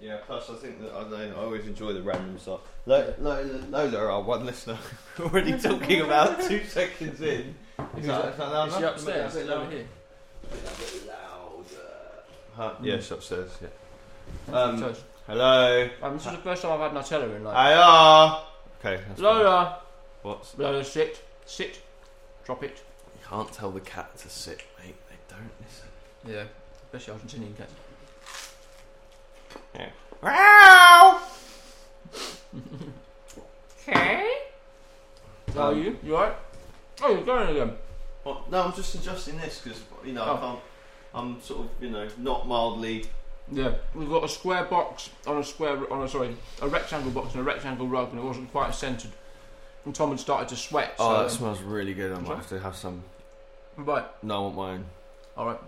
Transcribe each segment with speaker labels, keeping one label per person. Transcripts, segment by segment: Speaker 1: Yeah, plus I think that I, don't know, I always enjoy the random stuff. Lo- lo- Lola, our one listener, already talking about two seconds in. Is that, is that loud
Speaker 2: Is she
Speaker 1: enough?
Speaker 2: upstairs?
Speaker 1: A bit
Speaker 2: Down
Speaker 1: louder.
Speaker 2: here.
Speaker 1: Huh? Yeah, she's upstairs. Yeah. Um,
Speaker 2: Upstairs.
Speaker 1: hello.
Speaker 2: Um, this is the first time I've had Nutella in like.
Speaker 1: Hey, ah. Okay. That's fine.
Speaker 2: Lola,
Speaker 1: What's?
Speaker 2: Lola, sit, sit, drop it.
Speaker 1: You can't tell the cat to sit, mate. They don't listen.
Speaker 2: Yeah, especially Argentinian cats.
Speaker 1: Wow.
Speaker 2: Okay. How are you? You alright? Oh, you're going again.
Speaker 1: What? No, I'm just adjusting this because you know
Speaker 2: Oh.
Speaker 1: I can't. I'm sort of you know not mildly.
Speaker 2: Yeah, we've got a square box on a square on a sorry a rectangle box and a rectangle rug, and it wasn't quite centered. And Tom had started to sweat. so,
Speaker 1: smells really good. I
Speaker 2: might have
Speaker 1: to have some.
Speaker 2: right.
Speaker 1: No, I want my own.
Speaker 2: All right.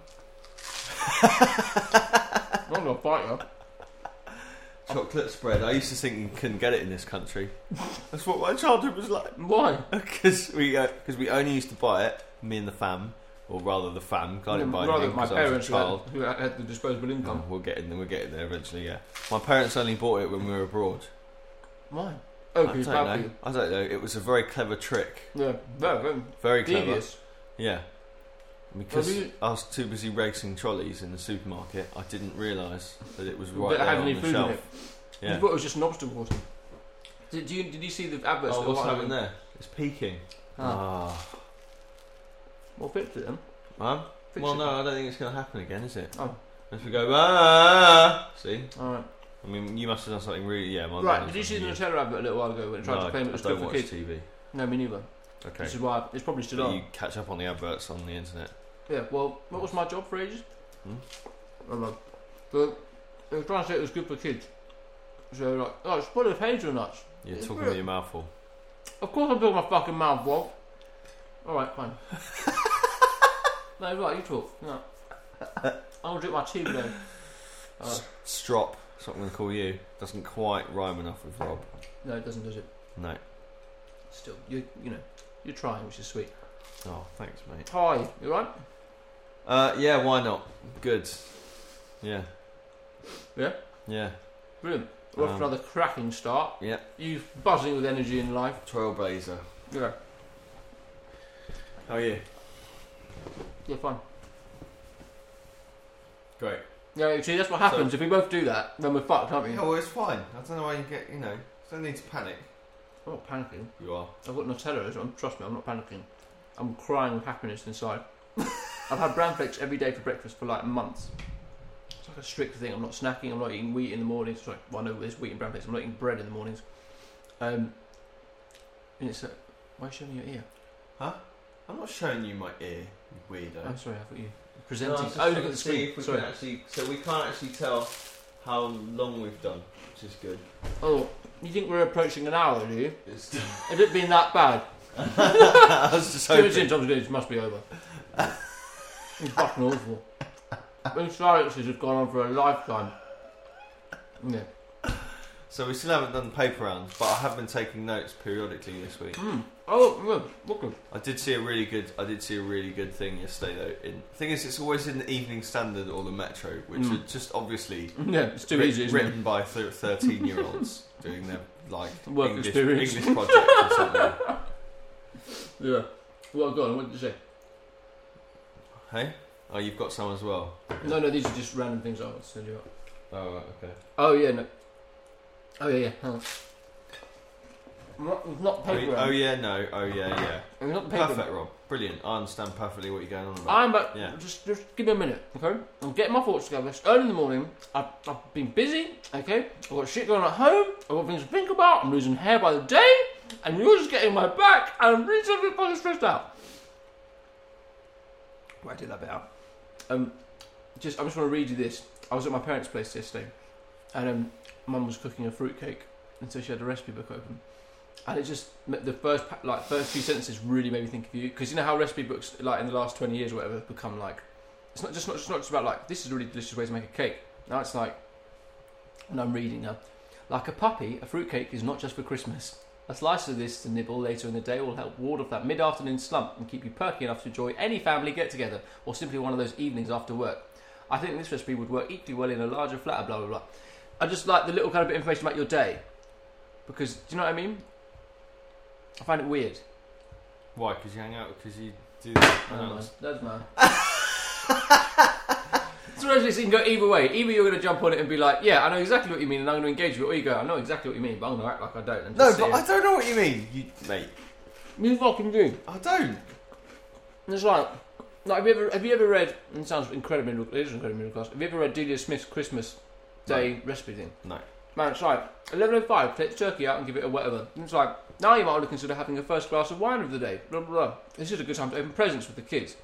Speaker 2: I'm not gonna bite you.
Speaker 1: Chocolate spread. I used to think you couldn't get it in this country. That's what my childhood was like.
Speaker 2: Why?
Speaker 1: Because we, because we only used to buy it, me and the fam, or rather the fam. 'cause I didn't buy
Speaker 2: rather
Speaker 1: anything
Speaker 2: my
Speaker 1: 'cause I was
Speaker 2: parents
Speaker 1: a
Speaker 2: who had,
Speaker 1: child.
Speaker 2: who had- had the disposable
Speaker 1: Oh,
Speaker 2: income.
Speaker 1: we'll get in. We'll get in there eventually. Yeah. My parents only bought it when we were abroad.
Speaker 2: Why? Oh, 'cause
Speaker 1: I
Speaker 2: it's
Speaker 1: don't
Speaker 2: bad
Speaker 1: know.
Speaker 2: for you.
Speaker 1: I don't know. It was a very clever trick.
Speaker 2: Yeah, very, very
Speaker 1: Very clever.
Speaker 2: devious.
Speaker 1: Yeah. Because
Speaker 2: Well, you-
Speaker 1: I was too busy racing trolleys in the supermarket, I didn't realise that it was
Speaker 2: But
Speaker 1: right
Speaker 2: it
Speaker 1: there
Speaker 2: had
Speaker 1: on
Speaker 2: any
Speaker 1: the
Speaker 2: food in
Speaker 1: shelf.
Speaker 2: it. You
Speaker 1: Yeah.
Speaker 2: thought it was just an obstacle course. Did, do you, did you see the adverts?
Speaker 1: Oh,
Speaker 2: that
Speaker 1: what's
Speaker 2: were like-
Speaker 1: happening there? It's peaking.
Speaker 2: Ah.
Speaker 1: Ah.
Speaker 2: Well, fix it then.
Speaker 1: Mum?
Speaker 2: Ah. Fix
Speaker 1: Well,
Speaker 2: it.
Speaker 1: no, I don't think it's going to happen again, is it?
Speaker 2: Oh.
Speaker 1: As we go, ah, see.
Speaker 2: All right.
Speaker 1: I mean, you must have done something really. Yeah, my
Speaker 2: Right,
Speaker 1: bad,
Speaker 2: did you see the
Speaker 1: yeah.
Speaker 2: Nutella advert a little while ago when it tried
Speaker 1: No,
Speaker 2: to claim it was
Speaker 1: I
Speaker 2: good
Speaker 1: don't
Speaker 2: for
Speaker 1: watch
Speaker 2: kids?
Speaker 1: TV.
Speaker 2: No, me neither.
Speaker 1: Okay.
Speaker 2: This is why it's probably still
Speaker 1: But
Speaker 2: on.
Speaker 1: you catch up on the adverts on the internet.
Speaker 2: Yeah, well, what was my job for ages?
Speaker 1: Hmm?
Speaker 2: I don't know. But they were trying to say it was good for kids. So they were like, oh, it's full of hazelnuts.
Speaker 1: You're
Speaker 2: It's
Speaker 1: talking
Speaker 2: real.
Speaker 1: with your mouth full.
Speaker 2: Of course I built my fucking mouth, Walt. Alright, fine. no, right, you talk. No. I'm going to drink my tea then. Uh,
Speaker 1: Strop. That's what I'm going to call you. Doesn't quite rhyme enough with Rob.
Speaker 2: no, it doesn't, does it?
Speaker 1: No.
Speaker 2: Still, you you know, you're trying, which is sweet.
Speaker 1: Oh, thanks, mate.
Speaker 2: Hi, you right?
Speaker 1: Uh, yeah, why not? Good. Yeah.
Speaker 2: Yeah?
Speaker 1: Yeah.
Speaker 2: Brilliant. We're off
Speaker 1: Um,
Speaker 2: to another cracking start.
Speaker 1: Yep.
Speaker 2: You buzzing with energy in life.
Speaker 1: Trailblazer.
Speaker 2: Yeah.
Speaker 1: How are you?
Speaker 2: Yeah, fine.
Speaker 1: Great.
Speaker 2: Yeah, you see, that's what happens. if we both do that, then we're fucked, aren't we?
Speaker 1: Yeah, well, it's fine. I don't know why you get, you know, don't need to panic.
Speaker 2: I'm not panicking.
Speaker 1: You are.
Speaker 2: I've got Nutella, so I'm, trust me, I'm not panicking. I'm crying with happiness inside. I've had bran flakes every day for breakfast for like months. It's like a strict thing. I'm not snacking. I'm not eating wheat in the mornings. Sorry, well, no, there's wheat and bran flakes. I'm not eating bread in the mornings. Um, and it's uh, why are you showing me your ear?
Speaker 1: I'm not showing you my ear, you weirdo.
Speaker 2: I'm sorry, I thought you
Speaker 1: No,
Speaker 2: presenting.
Speaker 1: I was just
Speaker 2: oh, look
Speaker 1: trying
Speaker 2: at
Speaker 1: to
Speaker 2: the
Speaker 1: see
Speaker 2: screen.
Speaker 1: if we
Speaker 2: Sorry.
Speaker 1: can actually, so we can't actually tell how long we've done, which is good.
Speaker 2: Oh, you think we're approaching an hour, do you?
Speaker 1: It's
Speaker 2: Has it been that bad?
Speaker 1: I was just
Speaker 2: Two minutes in, Tom's going, it must be over. it's fucking awful. These silences have gone on for a lifetime. Yeah.
Speaker 1: So we still haven't done paper rounds, but I have been taking notes periodically this week.
Speaker 2: Mm. Oh, look, look good.
Speaker 1: I did see a really good. I did see a really good thing yesterday though. In, thing is, it's always in the Evening Standard or the Metro, which
Speaker 2: Mm.
Speaker 1: are just obviously
Speaker 2: Yeah, it's too
Speaker 1: writ-
Speaker 2: easy, isn't
Speaker 1: written by thirteen-year-olds doing their like
Speaker 2: Work
Speaker 1: English,
Speaker 2: experience.
Speaker 1: English project or something.
Speaker 2: it? Yeah. Well, go on, what did you say?
Speaker 1: Hey, oh, you've got some as well.
Speaker 2: No, no, these are just random things I'll send you up.
Speaker 1: Oh, right, okay.
Speaker 2: Oh, yeah, no. Oh, yeah, yeah, hang on. Not, it's not
Speaker 1: Oh,
Speaker 2: paper.
Speaker 1: y- oh yeah, no. Oh yeah, yeah.
Speaker 2: It's not paper.
Speaker 1: Perfect, Rob. Brilliant. I understand perfectly what you're going on about.
Speaker 2: I'm back.
Speaker 1: Yeah.
Speaker 2: Just, just give me a minute, okay? I'm getting my thoughts together. It's early in the morning. I've, I've been busy, okay? I've got shit going on at home. I've got things to think about. I'm losing hair by the day. And you're just getting my back. And I'm reasonably fucking stressed out. Well, I did that bit out. Um, just, I just want to read you this. I was at my parents' place yesterday. And um, mum was cooking a fruitcake. And so she had a recipe book open. And it just the first pa- like first few sentences really made me think of you because you know how recipe books like in the last twenty years or whatever have become like it's not just not just not just about like this is a really delicious way to make a cake. Now it's like, and I'm reading now, like a puppy, a fruitcake is not just for Christmas. A slice of this to nibble later in the day will help ward off that mid-afternoon slump and keep you perky enough to enjoy any family get-together or simply one of those evenings after work. I think this recipe would work equally well in a larger flat. Blah blah blah. I just like the little kind of bit of information about your day, because do you know what I mean? I find it weird.
Speaker 3: Why? Because you hang out? Because you do.
Speaker 2: I don't know. That's mad. Sometimes it's- it can go either way. Either you're going to jump on it and be like, "Yeah, I know exactly what you mean," and I'm going to engage with it, or you go, "I know exactly what you mean, but I'm going to act like I don't." And
Speaker 1: No,
Speaker 2: just
Speaker 1: but
Speaker 2: sit
Speaker 1: I don't know what you mean, you, mate.
Speaker 2: here. you fucking do.
Speaker 1: I don't.
Speaker 2: And It's like, like have you ever have you ever read? And it sounds incredibly middle, it is incredibly middle class. Have you ever read Delia Smith's Christmas Day recipe thing?
Speaker 1: No.
Speaker 2: Man, it's like eleven oh five. Take the turkey out and give it a whatever. And it's like now you might want to consider having a first glass of wine of the day. Blah blah blah. This is a good time to open presents with the kids.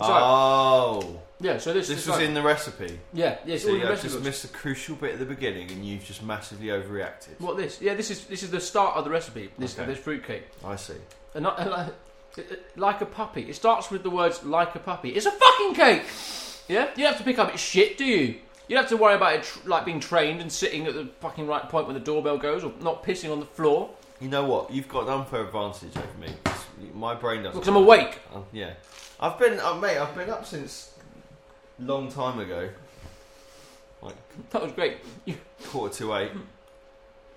Speaker 2: It's like-
Speaker 1: Oh,
Speaker 2: yeah. So this,
Speaker 1: this
Speaker 2: is
Speaker 1: was
Speaker 2: like,
Speaker 1: in the recipe.
Speaker 2: yeah yeah. So
Speaker 1: See,
Speaker 2: all the
Speaker 1: I
Speaker 2: rest
Speaker 1: just
Speaker 2: of us.
Speaker 1: missed the crucial bit at the beginning, and you've just massively overreacted.
Speaker 2: What this? Yeah, this is this is the start of the recipe. This
Speaker 1: Okay.
Speaker 2: this fruitcake.
Speaker 1: I see.
Speaker 2: And not, and like, it- it- like a puppy. It starts with the words "like a puppy." It's a fucking cake. Yeah, you don't have to pick up its shit, do you? You don't have to worry about it tr- like being trained and sitting at the fucking right point when the doorbell goes, or not pissing on the floor
Speaker 1: You know what? You've got an unfair advantage over me. 'cause My brain doesn't.
Speaker 2: because I'm awake.
Speaker 1: Um, yeah, I've been, uh, mate. I've been up since long time ago,
Speaker 2: That was great.
Speaker 1: quarter to eight.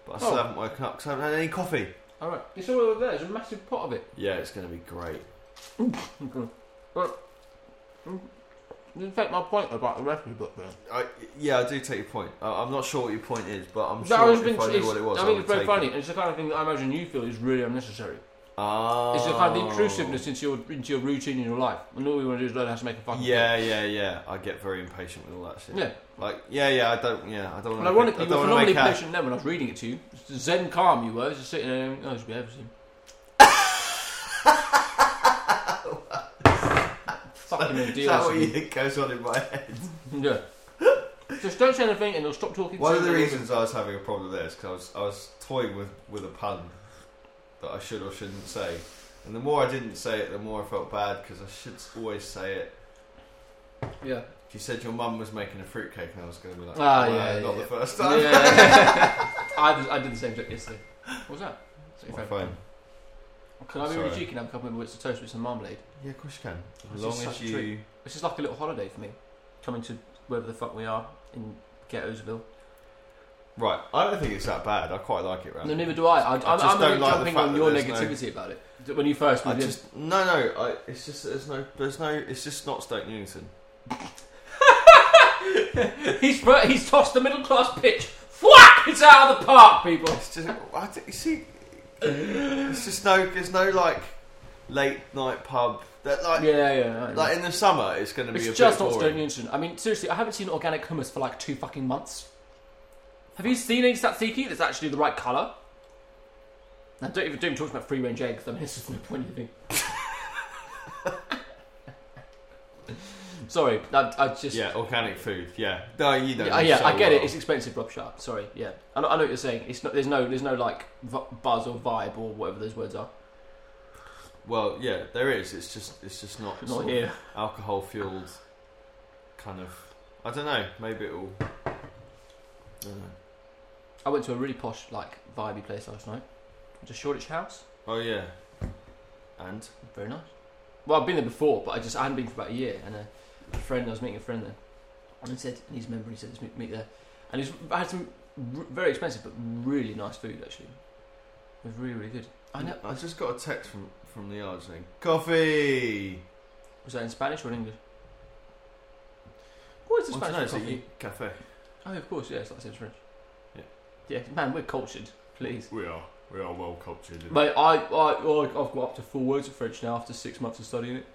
Speaker 1: But I still
Speaker 2: Hmm. Oh.
Speaker 1: haven't woken up because I haven't had any coffee.
Speaker 2: All right, it's all over there. There's a massive pot of it.
Speaker 1: Yeah, it's going to be great.
Speaker 2: But mm, you affect my point about the recipe book, man.
Speaker 1: I, yeah, I do take your point. I, I'm not sure what your point is, but I'm
Speaker 2: That
Speaker 1: sure
Speaker 2: has
Speaker 1: if
Speaker 2: been-
Speaker 1: I knew
Speaker 2: it's-
Speaker 1: what it was,
Speaker 2: I
Speaker 1: I,
Speaker 2: think
Speaker 1: would
Speaker 2: it's very
Speaker 1: take
Speaker 2: funny,
Speaker 1: It.
Speaker 2: and it's the kind of thing that I imagine you feel is really unnecessary.
Speaker 1: Oh.
Speaker 2: It's the kind of the intrusiveness into your into your routine in your life, and all we want to do is learn how to make a fucking
Speaker 1: Yeah, yeah, yeah. I get very impatient with all that shit.
Speaker 2: Yeah,
Speaker 1: Like, yeah, yeah. I don't. Yeah, I don't.
Speaker 2: and
Speaker 1: wanna make-
Speaker 2: ironically,
Speaker 1: I
Speaker 2: you were
Speaker 1: don't want
Speaker 2: phenomenally
Speaker 1: to make out-
Speaker 2: patient then when I was reading it to you. Zen calm you were, just sitting there. Oh, it's everything. Fucking
Speaker 1: Is that what you
Speaker 2: ridiculous.
Speaker 1: think goes on in my head?
Speaker 2: Yeah. Just don't say anything, and they'll stop talking.
Speaker 1: One
Speaker 2: to
Speaker 1: of
Speaker 2: you.
Speaker 1: the reasons I was having a problem there is because I was, I was toying with, with a pun that I should or shouldn't say. And the more I didn't say it, the more I felt bad because I should always say it.
Speaker 2: Yeah.
Speaker 1: If you said your mum was making a fruitcake, and I was going to be like,
Speaker 2: Ah,
Speaker 1: "Well,
Speaker 2: yeah,
Speaker 1: not
Speaker 2: yeah,
Speaker 1: the first
Speaker 2: yeah.
Speaker 1: time.
Speaker 2: I, was, I did the same trick yesterday. What was that? Is it
Speaker 1: My
Speaker 2: your
Speaker 1: phone.
Speaker 2: Can I be
Speaker 1: Sorry.
Speaker 2: really cheeky and have a couple of bits of toast with some marmalade?
Speaker 1: Yeah, of course you can. As
Speaker 2: It's
Speaker 1: long
Speaker 2: just
Speaker 1: as
Speaker 2: such a
Speaker 1: you.
Speaker 2: treat. This is like a little holiday for me, coming to wherever the fuck we are in Ghettosville.
Speaker 1: Right, I don't think it's that bad. I quite like it, right?
Speaker 2: No, neither do I. I,
Speaker 1: I
Speaker 2: I'm,
Speaker 1: just
Speaker 2: I'm
Speaker 1: don't like the
Speaker 2: jumping
Speaker 1: fact
Speaker 2: on
Speaker 1: that
Speaker 2: your
Speaker 1: there's no-
Speaker 2: negativity about it D- when you first
Speaker 1: I
Speaker 2: moved in.
Speaker 1: just no, no. I, it's just there's no, there's no. It's just not Stoke Newington.
Speaker 2: he's fir- he's tossed the middle class pitch. Whack! It's out of the park, people.
Speaker 1: It's just I don't- you see, it's just no. There's no like late night pub that like
Speaker 2: yeah, yeah. I know.
Speaker 1: like in the summer it's going to be a
Speaker 2: it's just
Speaker 1: bit
Speaker 2: not
Speaker 1: boring.
Speaker 2: Stone Newton. I mean, seriously, I haven't seen organic hummus for like two fucking months. Have you seen any tzatziki that's actually the right colour? Now, don't even, don't even talk about free range eggs. I mean, it's just no point in living. Sorry, I, I just
Speaker 1: Yeah, organic food. Yeah, no, you don't.
Speaker 2: yeah, yeah, I get it. It's expensive, Rob Sharp. Sorry, yeah, I know, I know what you're saying. It's not. There's no. There's no like v- buzz or vibe or whatever those words are.
Speaker 1: well, yeah, there is. It's just it's just not,
Speaker 2: Not here.
Speaker 1: alcohol fueled kind of. I don't know. Maybe it will. I don't know.
Speaker 2: I went to a really posh, like vibey place last night. It was a Shoreditch house.
Speaker 1: Oh yeah, and
Speaker 2: Very nice. Well, I've been there before, but I just I hadn't been for about a year. And a friend, I was meeting a friend there, and he said, and he's a member. He said, let's meet, meet there. And he's I had some r- very expensive but really nice food actually. It was really really good. I know.
Speaker 1: I just got a text from from the yard saying coffee.
Speaker 2: Was that in Spanish or in English? What is the
Speaker 1: I don't
Speaker 2: Spanish
Speaker 1: know, is
Speaker 2: for
Speaker 1: it
Speaker 2: coffee?
Speaker 1: you- cafe?
Speaker 2: Oh, of course, yes, that's in French.
Speaker 1: Yeah.
Speaker 2: Yeah, man, we're cultured, please.
Speaker 1: We are. We are well cultured.
Speaker 2: Mate, I, I, I- I've got up to four words of French now after six months of studying it.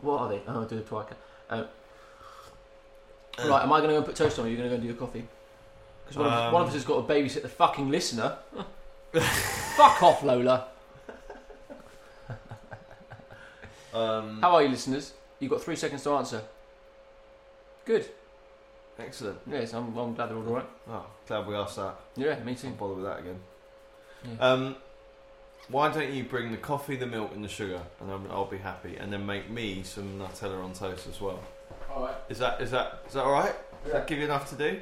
Speaker 2: What are they? Oh, I do the twika. Right, am I going to go and put toast on or are you going to go and do your coffee? Because one, of us-
Speaker 1: Um,
Speaker 2: one of us has got to babysit the fucking listener. Fuck off, Lola.
Speaker 1: Um,
Speaker 2: How are you, listeners? You've got three seconds to answer. Good.
Speaker 1: excellent.
Speaker 2: Yes, I'm, I'm glad they're all alright.
Speaker 1: Oh, glad we asked that.
Speaker 2: Yeah, me too.
Speaker 1: Don't bother with that again.
Speaker 2: Yeah.
Speaker 1: Um, why don't you bring the coffee, the milk, and the sugar, and I'm, I'll be happy, and then make me some Nutella on toast as well.
Speaker 2: Alright.
Speaker 1: Is that is that is that all right? Does that give you enough to do?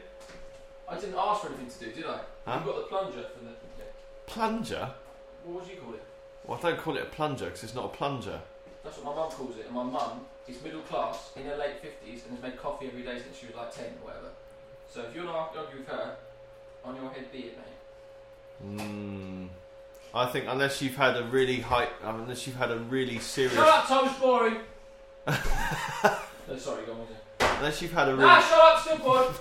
Speaker 2: I didn't ask for anything to do, did I?
Speaker 1: Huh?
Speaker 2: got the plunger for the.
Speaker 1: Plunger?
Speaker 2: What would you call it?
Speaker 1: Well, I don't call it a plunger because it's not a plunger.
Speaker 2: That's what my mum calls it. And my mum is middle class in her late 50s and has made coffee every day since she was like 10 or whatever. So if you're not argue with her, on your head be it, mate.
Speaker 1: Mm. I think unless you've had a really high, unless you've had a really serious,
Speaker 2: Shut up, Tom's boring. no, sorry, go on. with it.
Speaker 1: unless you've had a
Speaker 2: Nah,
Speaker 1: really
Speaker 2: Ah, shut up, still boring.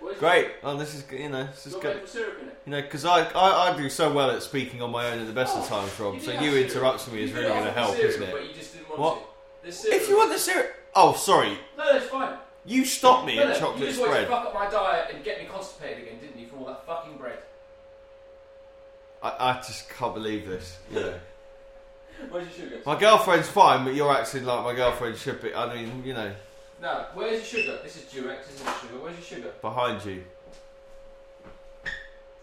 Speaker 2: Where's-
Speaker 1: great. Oh, this is you know this is
Speaker 2: Got
Speaker 1: good.
Speaker 2: maple syrup in it.
Speaker 1: You know, because I, I I do so well at speaking on my own at the best of times, Rob.
Speaker 2: Oh, You
Speaker 1: So
Speaker 2: do
Speaker 1: you
Speaker 2: have
Speaker 1: interrupting me
Speaker 2: You
Speaker 1: is
Speaker 2: could
Speaker 1: really
Speaker 2: have
Speaker 1: going to
Speaker 2: offered
Speaker 1: help,
Speaker 2: syrup,
Speaker 1: isn't it?
Speaker 2: But you just didn't want
Speaker 1: What?
Speaker 2: to. There's syrup.
Speaker 1: If you want the syrup, oh sorry,
Speaker 2: No, that's fine.
Speaker 1: you stopped me
Speaker 2: No, no,
Speaker 1: at
Speaker 2: you
Speaker 1: chocolate
Speaker 2: just wanted to
Speaker 1: spread.
Speaker 2: fuck up my diet and get me constipated again, didn't you, from all that fucking bread?
Speaker 1: I, I just can't believe this. You know,
Speaker 2: Where's your sugar?
Speaker 1: my girlfriend's fine, but you're acting like my girlfriend should be. I mean, you know,
Speaker 2: No, where's your sugar? This is Durex, isn't it, sugar? Where's your sugar?
Speaker 1: behind you.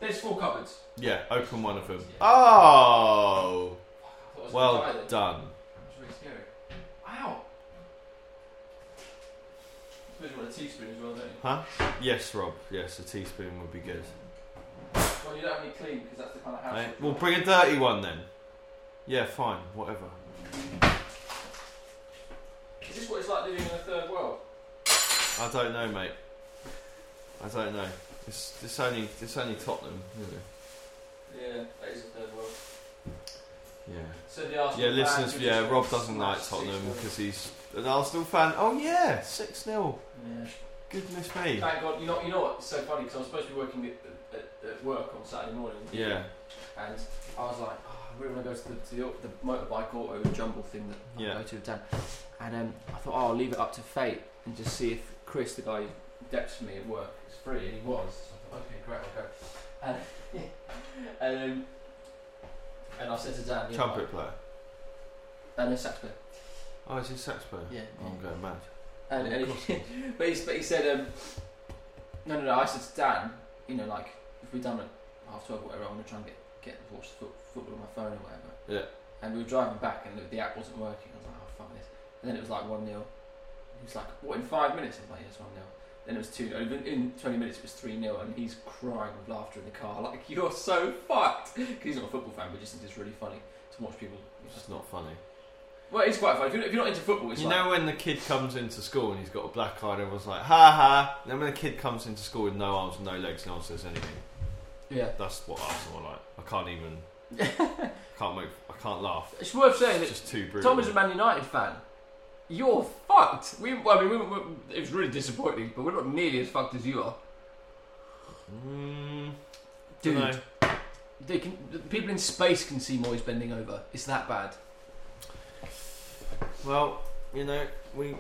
Speaker 2: There's four cupboards.
Speaker 1: Yeah, open one of them.
Speaker 2: Yeah. Fuck,
Speaker 1: Oh,
Speaker 2: I thought I was
Speaker 1: well
Speaker 2: gonna die then.
Speaker 1: done.
Speaker 2: It's really scary. Ow! Suppose you want a teaspoon as well, don't you?
Speaker 1: Yes, Rob. Yes, a teaspoon would be good.
Speaker 2: Well, you don't have any clean because that's the kind of house.
Speaker 1: Eh,
Speaker 2: you're
Speaker 1: Well,
Speaker 2: from.
Speaker 1: bring a dirty one then. Yeah, fine, whatever.
Speaker 2: Is this what it's like living in the third world?
Speaker 1: I don't know, mate. I don't know. It's, it's only it's only Tottenham. You
Speaker 2: Yeah, that is the third world.
Speaker 1: know. Yeah.
Speaker 2: So the Arsenal
Speaker 1: Yeah,
Speaker 2: fan
Speaker 1: listeners.
Speaker 2: who
Speaker 1: Yeah,
Speaker 2: just
Speaker 1: Rob doesn't like
Speaker 2: smashed six
Speaker 1: Tottenham
Speaker 2: nil.
Speaker 1: because he's an Arsenal fan. Oh yeah, six 0
Speaker 2: Yeah.
Speaker 1: Goodness me.
Speaker 2: Thank God. You know, you know what? It's so funny because I was supposed to be working at, at, at work on Saturday morning.
Speaker 1: Yeah,
Speaker 2: And I was like, oh, I really want to go to the, to the, the motorbike auto jumble thing that
Speaker 1: Yeah.
Speaker 2: I go to with Dan. And um, I thought, oh, I'll leave it up to fate and just see if Chris, the guy who decks me at work, is free. And he was. So I thought, okay, great, I'll go. And, and, um, and I said to Dan, you know,
Speaker 1: trumpet player.
Speaker 2: And a sax player.
Speaker 1: Oh, is he sax player?
Speaker 2: Yeah.
Speaker 1: Oh, I'm going mad.
Speaker 2: And, and he, but, he, but he said, um, no, no, no. I said to Dan, you know, like if we're done at half twelve, or whatever, I'm gonna try and get get watch the foot, football on my phone or whatever.
Speaker 1: Yeah.
Speaker 2: And we were driving back, and the, the app wasn't working. I was like, oh fuck this. And then it was like one 0 He was like, what in five minutes? I was like, yes, one 0 Then it was two. and In, in twenty minutes, it was three 0 and he's crying with laughter in the car. Like you're so fucked. 'Cause he's not a football fan, but just thinks it's really funny to watch people.
Speaker 1: It's not funny.
Speaker 2: Well, it's quite funny. If you're, if you're not into football, it's
Speaker 1: you
Speaker 2: like,
Speaker 1: know when the kid comes into school and he's got a black eye and everyone's like, ha ha. And then when the kid comes into school with no arms and no legs, no one says anything.
Speaker 2: yeah.
Speaker 1: That's what Arsenal are like. I can't even. can't make. I can't laugh.
Speaker 2: It's worth saying
Speaker 1: It's
Speaker 2: that
Speaker 1: just too brutal.
Speaker 2: Tom is a Man United fan. You're fucked. We, well, I mean, we, we, it was really disappointing, but we're not nearly as fucked as you are,
Speaker 1: Mm,
Speaker 2: dude.
Speaker 1: dunno.
Speaker 2: They can, the people in space can see Moyes bending over. It's that bad.
Speaker 1: Well, you know, we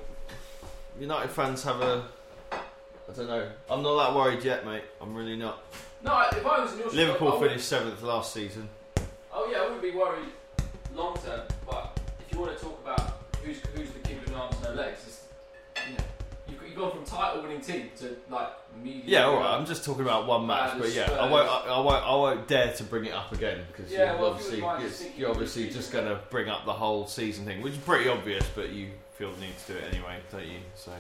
Speaker 1: United fans have a. I don't know. I'm not that worried yet, mate. I'm really not.
Speaker 2: No, if I was in your
Speaker 1: Liverpool finished seventh last season.
Speaker 2: Oh yeah, I wouldn't be worried long term. But if you want to talk about who's who's the king with no arms, no legs, it's, you know, you've, you've gone from title-winning team to like media.
Speaker 1: Yeah, all right. I'm just talking about one match,
Speaker 2: Uh, the
Speaker 1: but yeah, I
Speaker 2: Spurs.
Speaker 1: won't. I, I won't. I won't dare to bring it up again because
Speaker 2: Yeah,
Speaker 1: you're
Speaker 2: well, if you
Speaker 1: obviously
Speaker 2: wouldn't mind
Speaker 1: it's-
Speaker 2: just thinking
Speaker 1: you're
Speaker 2: of the
Speaker 1: obviously
Speaker 2: season.
Speaker 1: just going to bring up the whole season thing, which is pretty obvious, but you feel the need to do it anyway, don't you? So,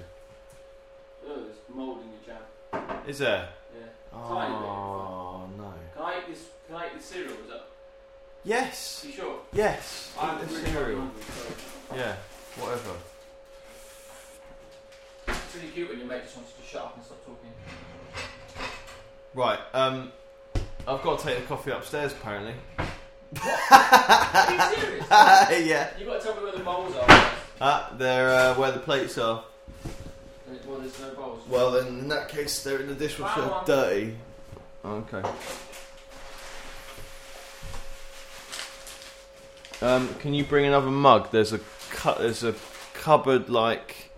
Speaker 2: Oh, there's mold in your jam.
Speaker 1: is there?
Speaker 2: Yeah. Tiny bit,
Speaker 1: Oh no.
Speaker 2: Can I eat this? Can I eat this cereal? Is that?
Speaker 1: Yes.
Speaker 2: You sure?
Speaker 1: Yes.
Speaker 2: I'm
Speaker 1: Eat the
Speaker 2: really
Speaker 1: cereal.
Speaker 2: hungry, so
Speaker 1: Yeah. Whatever.
Speaker 2: It's really cute when your mate just wants you to shut up and stop talking.
Speaker 1: Right, um, I've got to take the coffee upstairs apparently.
Speaker 2: Are you serious?
Speaker 1: yeah.
Speaker 2: You've got to tell me where the bowls are. first.
Speaker 1: Ah, they're uh, where the plates are.
Speaker 2: Uh, Well, there's no bowls.
Speaker 1: Well, then in that case, they're in the
Speaker 2: Found one.
Speaker 1: Dirty. Okay. Um, can you bring another mug? There's a cut. There's a cupboard like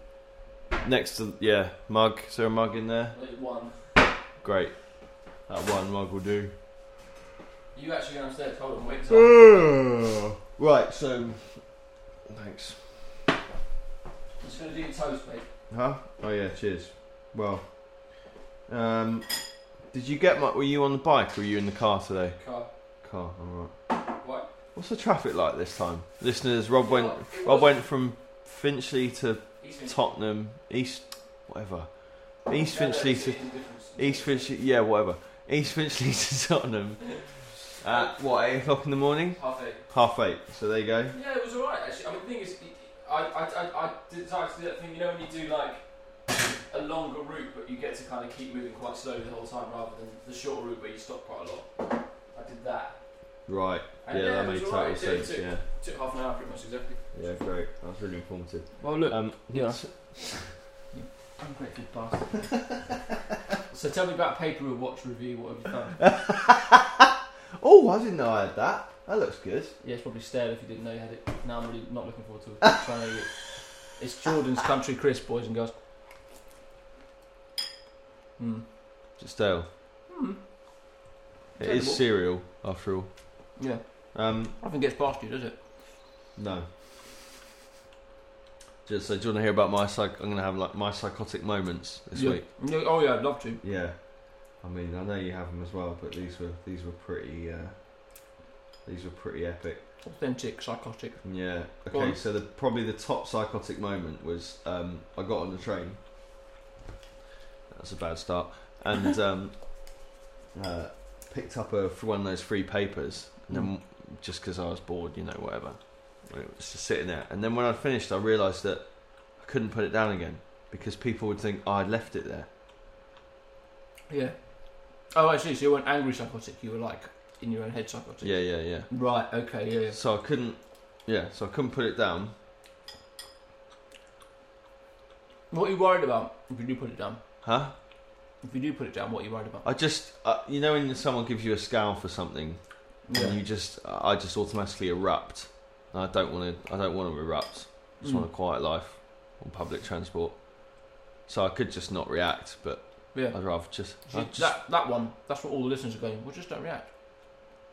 Speaker 1: next to yeah mug. Is there a mug in there?
Speaker 2: There's One.
Speaker 1: Great. That one mug will do.
Speaker 2: You actually go downstairs. Hold on, wait. till-
Speaker 1: right. So, thanks.
Speaker 2: I'm
Speaker 1: Hmm.
Speaker 2: just gonna do your toast, mate.
Speaker 1: Huh? Oh yeah, cheers. Well, um, did you get my? Were you on the bike? or Were you in the car today?
Speaker 2: Car.
Speaker 1: Car. All right.
Speaker 2: What?
Speaker 1: What's the traffic like this time, listeners? Rob went.
Speaker 2: It was-
Speaker 1: Rob went from Finchley to
Speaker 2: He's been-
Speaker 1: Tottenham, East, whatever. East
Speaker 2: Yeah, there's
Speaker 1: Finchley to
Speaker 2: the difference.
Speaker 1: East Finchley. Yeah, whatever. East Finchley to Tottenham at what eight o'clock in the morning?
Speaker 2: Half eight.
Speaker 1: Half eight. So there you go.
Speaker 2: Yeah, it was alright actually. I mean, the thing is, I, I, I, I decided to do that thing, you know, when you do like a a longer route, but you get to kind of keep moving quite slowly the whole time rather than the shorter route where you stop quite a lot. I did that.
Speaker 1: Right.
Speaker 2: And
Speaker 1: yeah, that
Speaker 2: it was
Speaker 1: made total
Speaker 2: alright, it took-
Speaker 1: sense.
Speaker 2: Took,
Speaker 1: Yeah.
Speaker 2: took half an hour pretty much exactly.
Speaker 1: Yeah, great. That was really informative.
Speaker 2: Well, look,
Speaker 1: Um,
Speaker 2: Yeah.
Speaker 1: s-
Speaker 2: I'm grateful bastard. so tell me about paper or watch review. What have you found?
Speaker 1: oh, I didn't know I had that. That looks good.
Speaker 2: Yeah, it's probably stale if you didn't know you had it. Now I'm really not looking forward to it. trying to eat it. It's Jordan's country crisp, boys and girls. Hmm.
Speaker 1: Just stale.
Speaker 2: Hmm.
Speaker 1: It is
Speaker 2: Terrible.
Speaker 1: cereal after all.
Speaker 2: Yeah.
Speaker 1: Um,
Speaker 2: I think it's past you, does it?
Speaker 1: no. Just so, do you want to hear about my psych? I'm gonna have like my psychotic moments this
Speaker 2: yeah.
Speaker 1: week.
Speaker 2: Yeah, Oh yeah, I'd love to.
Speaker 1: Yeah. I mean, I know you have them as well, but these were these were pretty. Uh, these were pretty epic.
Speaker 2: Authentic, psychotic.
Speaker 1: Yeah.
Speaker 2: Go
Speaker 1: Okay.
Speaker 2: on.
Speaker 1: So the probably the top psychotic moment was um, I got on the train. That's a bad start. And um, uh, picked up a one of those free papers, and then
Speaker 2: Mm.
Speaker 1: just because I was bored, you know, whatever. It was just sitting there, and then when I finished, I realised that I couldn't put it down again because people would think "Oh, I'd left it there.
Speaker 2: Yeah. Oh, actually, so you weren't angry psychotic. You were like in your own head psychotic.
Speaker 1: Yeah, yeah, yeah.
Speaker 2: Right. Okay. Yeah. yeah.
Speaker 1: So I couldn't, yeah. So I couldn't put it down.
Speaker 2: What are you worried about if you do put it down?
Speaker 1: Huh?
Speaker 2: If you do put it down, what are you worried about?
Speaker 1: I just, uh, you know, when someone gives you a scowl for something,
Speaker 2: Yeah.
Speaker 1: and you just, I just automatically erupt. And I don't want to. I don't want to erupt. I just
Speaker 2: Mm.
Speaker 1: want a quiet life on public transport. So I could just not react, but
Speaker 2: Yeah.
Speaker 1: I'd rather just.
Speaker 2: See,
Speaker 1: I just
Speaker 2: that that one. That's what all the listeners are going. Well, just don't react.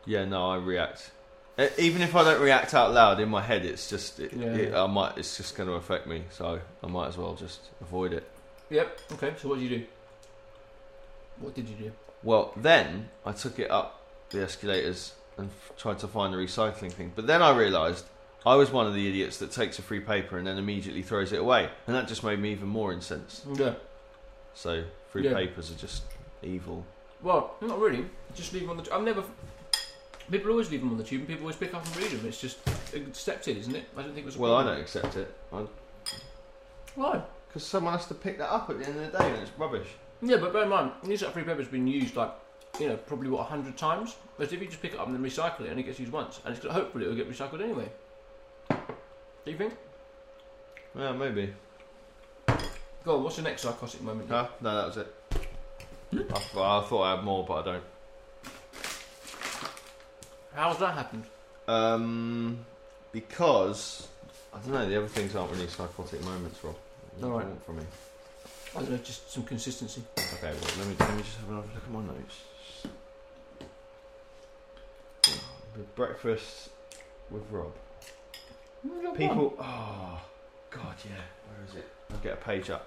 Speaker 1: yeah, no, I react. E- Even if I don't react out loud in my head, it's just. It,
Speaker 2: Yeah.
Speaker 1: it, I might. It's just going to affect me. So I might as well just avoid it.
Speaker 2: Yep. Okay. So what did you do? What did you do?
Speaker 1: Well, then I took it up the escalators and f- tried to find the recycling thing. But then I realised I was one of the idiots that takes a free paper and then immediately throws it away. And that just made me even more incensed.
Speaker 2: Yeah.
Speaker 1: So, free
Speaker 2: Yeah.
Speaker 1: papers are just evil.
Speaker 2: Well, not really. Just leave them on the. I've never. People always leave them on the tube, and people always pick up and read them. It's just accepted, isn't it? I don't think it was. A
Speaker 1: Well, I
Speaker 2: problem.
Speaker 1: don't accept it.
Speaker 2: Why?
Speaker 1: Because someone has to pick that up at the end of the day and it's rubbish.
Speaker 2: Yeah, but bear in mind, these sort of free paper's been used like, you know, probably what hundred times. Whereas if you just pick it up and then recycle it, and it gets used once, and it's got- hopefully it'll get recycled anyway. Do you think?
Speaker 1: Yeah, maybe.
Speaker 2: Go on. What's the next psychotic moment?
Speaker 1: Huh? No, that was it. I, th- I thought I had more, but I don't.
Speaker 2: How's that happened?
Speaker 1: Um, because, I don't know, the other things aren't really psychotic moments, Rob. What do you
Speaker 2: Alright.
Speaker 1: want from me?
Speaker 2: I don't know. Just some consistency.
Speaker 1: Okay, well, let me let me just have another look at my notes. Breakfast with Rob. People, oh God, yeah. Where is it? I'll get a page up.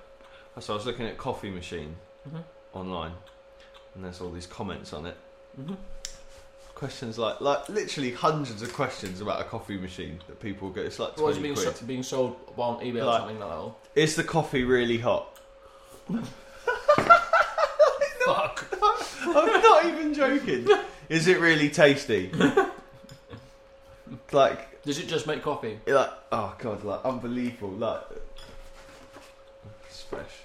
Speaker 1: So I was looking at coffee machine
Speaker 2: Mhm.
Speaker 1: online, and there's all these comments on it.
Speaker 2: hmm
Speaker 1: Questions like, like literally hundreds of questions about a coffee machine that people get. It's like
Speaker 2: Well, it's
Speaker 1: twenty
Speaker 2: being,
Speaker 1: quid.
Speaker 2: so- being sold on eBay or
Speaker 1: Like-
Speaker 2: something like that. Or
Speaker 1: Is the coffee really hot?
Speaker 2: Fuck.
Speaker 1: I'm not even joking. Is it really tasty? like
Speaker 2: Does it just make coffee?
Speaker 1: You're like, oh god, like unbelievable, like it's fresh.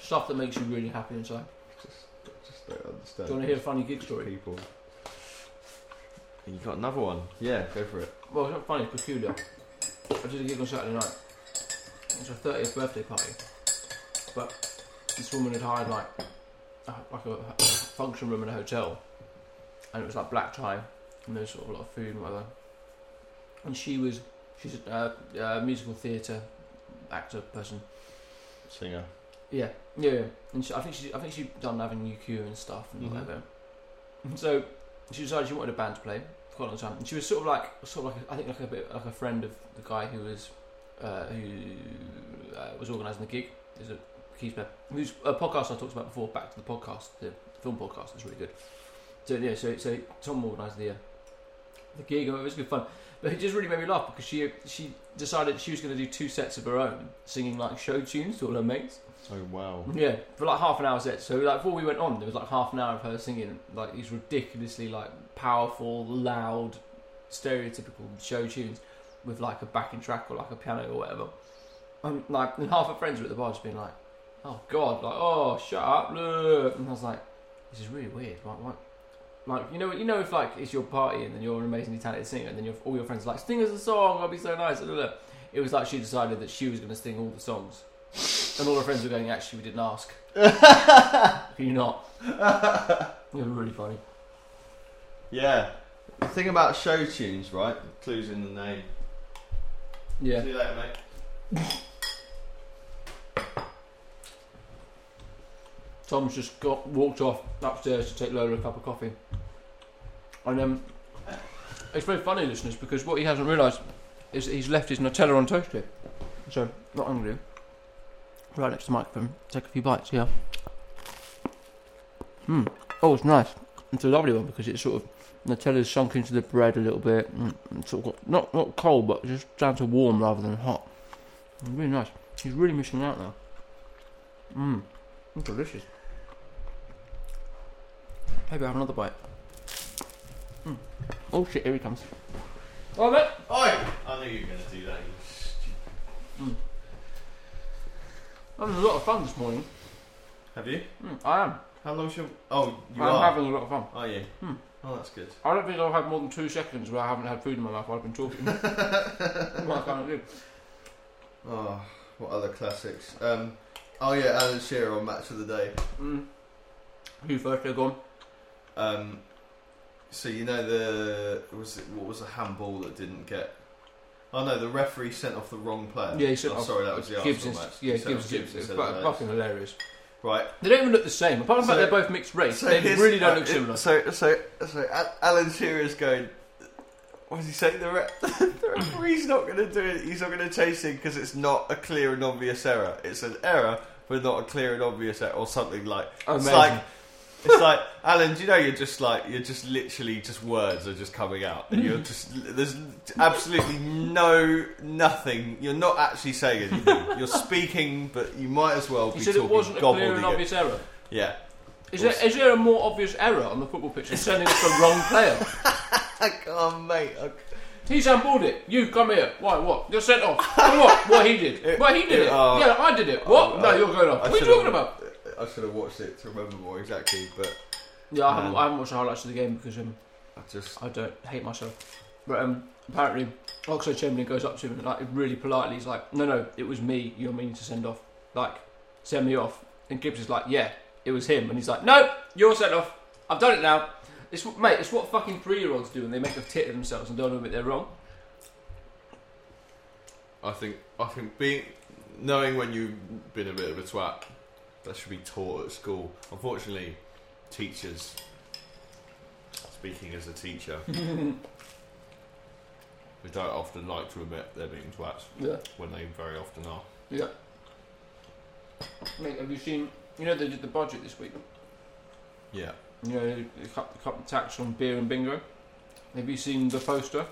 Speaker 2: Stuff that makes you really happy inside.
Speaker 1: Just, just don't understand.
Speaker 2: Do you want to hear a funny gig story?
Speaker 1: people? You got another one? Yeah, go for it.
Speaker 2: Well, it's not funny, it's peculiar. I did a gig on Saturday night. It's her 30th birthday party. But this woman had hired like, a, like a, a function room in a hotel. And it was like black tie. And there was sort of a lot of food and whatever. And she was, she's a uh, uh, musical theatre actor person.
Speaker 1: Singer.
Speaker 2: Yeah, yeah, yeah. And she, I think she, I think she done having UQ and stuff and
Speaker 1: Mhm.
Speaker 2: whatever. And so she decided she wanted a band to play for quite a long time, and she was sort of like, sort of like, a, I think like a bit like a friend of the guy who was, uh, who uh, was organising the gig. Is a keys player who's a podcast I talked about before. Back to the podcast, the film podcast that's really good. So yeah, so so Tom organised the uh, the gig, and it was good fun. But it just really made me laugh because she she decided she was going to do two sets of her own, singing like show tunes to all her mates.
Speaker 1: Oh wow.
Speaker 2: Yeah, for like half an hour set. So like before we went on, there was like half an hour of her singing like these ridiculously like powerful, loud, stereotypical show tunes with like a backing track or like a piano or whatever. And like and half her friends were at the bar just being like, oh god, like oh shut up, look. and I was like, this is really weird. What, what? Like you know, you know if like it's your party and then you're an amazingly talented singer and then your, all your friends are like sing us a song, that'll be so nice. blah, blah, blah. It was like she decided that she was going to sing all the songs, and all her friends were going, actually we didn't ask. Can you not? it was really funny.
Speaker 1: Yeah. The thing about show tunes, right? Clues in the name.
Speaker 2: Yeah.
Speaker 1: See you later, mate.
Speaker 2: Tom's just got walked off upstairs to take Lola a cup of coffee. And um, it's very funny, listeners, because what he hasn't realised is that he's left his Nutella on toast here. So, what I'm going to do, right next to the microphone, take a few bites, yeah. Hmm. Oh, it's nice. It's a lovely one because it's sort of Nutella's sunk into the bread a little bit. Mm, It's sort of got, not, not cold, but just down to warm rather than hot. Really nice. He's really missing out now. Mmm. Delicious. Maybe I'll have another bite. Mm. Oh shit, here he comes. Oh, mate.
Speaker 1: Oi! I knew you were going to do that. you stupid-
Speaker 2: I'm having a lot of fun this morning.
Speaker 1: Have you?
Speaker 2: Mm, I am.
Speaker 1: How long's your. Oh, you
Speaker 2: I'm
Speaker 1: are.
Speaker 2: having a lot of fun.
Speaker 1: Are you?
Speaker 2: Hmm.
Speaker 1: Oh, that's good.
Speaker 2: I don't think I've had more than two seconds where I haven't had food in my mouth while I've been talking. What I can't do.
Speaker 1: Oh, what other classics? Um, oh, yeah, Alan Shearer on Match of the Day.
Speaker 2: Mm. You first, they're gone.
Speaker 1: Um, so you know the was it, what was the handball that didn't get? Oh no, the referee sent off the wrong player.
Speaker 2: Yeah, he sent
Speaker 1: oh,
Speaker 2: off
Speaker 1: Sorry, that was the
Speaker 2: Gibbs
Speaker 1: Arsenal
Speaker 2: is-
Speaker 1: match.
Speaker 2: Yeah,
Speaker 1: He sent
Speaker 2: Gibbs.
Speaker 1: off
Speaker 2: Gibbs. It's
Speaker 1: instead
Speaker 2: fu-
Speaker 1: of Lanes.
Speaker 2: fucking hilarious.
Speaker 1: Right.
Speaker 2: They don't even look the same. Apart from the fact
Speaker 1: So-
Speaker 2: they're both mixed race,
Speaker 1: So
Speaker 2: they
Speaker 1: here's-
Speaker 2: really don't
Speaker 1: uh,
Speaker 2: look
Speaker 1: it-
Speaker 2: similar.
Speaker 1: So so so A- Alan Shearer's going. What does he say? The, re- the referee's not going to do it. He's not going to chase him because it's not a clear and obvious error. It's an error, but not a clear and obvious error, or something like. It's
Speaker 2: Amazing.
Speaker 1: like, it's like, Alan. Do you know you're just like you're just literally just words are just coming out, and you're just there's absolutely no nothing. You're not actually saying anything. You're speaking, but you might as well be
Speaker 2: he said it
Speaker 1: talking
Speaker 2: wasn't a clear and
Speaker 1: gobbledygook.
Speaker 2: obvious error.
Speaker 1: Yeah,
Speaker 2: Is there, is there a more obvious error on the football pitch? It's sending off the wrong player.
Speaker 1: oh mate, I-
Speaker 2: He's handballed it. You come here. Why? What? You're sent off. For what? What he did?
Speaker 1: It-
Speaker 2: well, he did
Speaker 1: it-
Speaker 2: it.
Speaker 1: uh,
Speaker 2: yeah, I did it. What?
Speaker 1: uh,
Speaker 2: no, you're going off.
Speaker 1: I
Speaker 2: what are you
Speaker 1: should've-
Speaker 2: talking about?
Speaker 1: I should have watched it to remember more exactly, but
Speaker 2: Yeah, I haven't,
Speaker 1: Um,
Speaker 2: I haven't watched the highlights of the game because um,
Speaker 1: I just
Speaker 2: I don't hate myself. But um, apparently, Oxo Chamberlain goes up to him and like really politely, he's like, "No, no, it was me. You're meaning to send off. Like, send me off." And Gibbs is like, "Yeah, it was him." And he's like, "No, you're sent off. I've done it now." It's what, mate. It's what fucking three-year-olds do when they make a tit of themselves and don't admit they're wrong.
Speaker 4: I think I think being knowing when you've been a bit of a twat, that should be taught at school. Unfortunately, teachers. Speaking as a teacher, they don't often like to admit they're being twats
Speaker 2: Yeah.
Speaker 4: when they very often are.
Speaker 2: Mate, have you seen? You know they did the budget this week.
Speaker 4: Yeah.
Speaker 2: You know they cut the cut the tax on beer and bingo. Have you seen the poster?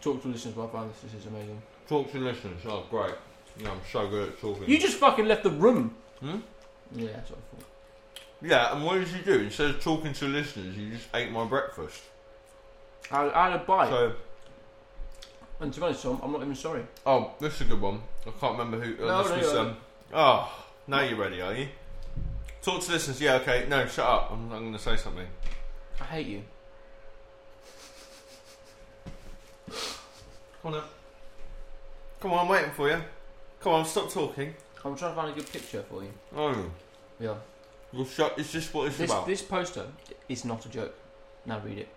Speaker 2: Talk to listeners while I find this. This is amazing.
Speaker 4: Talk to listeners. Oh, great. Yeah, I'm so good at talking.
Speaker 2: You just fucking left the room.
Speaker 4: Hmm?
Speaker 2: Yeah, that's what I thought.
Speaker 4: yeah, and what did you do? Instead of talking to listeners, you just ate my breakfast.
Speaker 2: I, I had a bite,
Speaker 4: So,
Speaker 2: and to be honest, Tom, I'm not even sorry.
Speaker 4: oh, this is a good one. I can't remember who.
Speaker 2: No,
Speaker 4: Uh, this
Speaker 2: no,
Speaker 4: was,
Speaker 2: no.
Speaker 4: um, oh, now you're ready, are you? Talk to listeners. Yeah, okay. No, shut up. I'm, I'm going to say something.
Speaker 2: I hate you.
Speaker 4: Come on, now. Come on, I'm waiting for you. Come on, stop talking.
Speaker 2: I'm trying to find a good picture for you.
Speaker 4: Oh,
Speaker 2: Yeah.
Speaker 4: you'll shut. It's just what it's
Speaker 2: This
Speaker 4: about.
Speaker 2: this poster is not a joke. Now read it.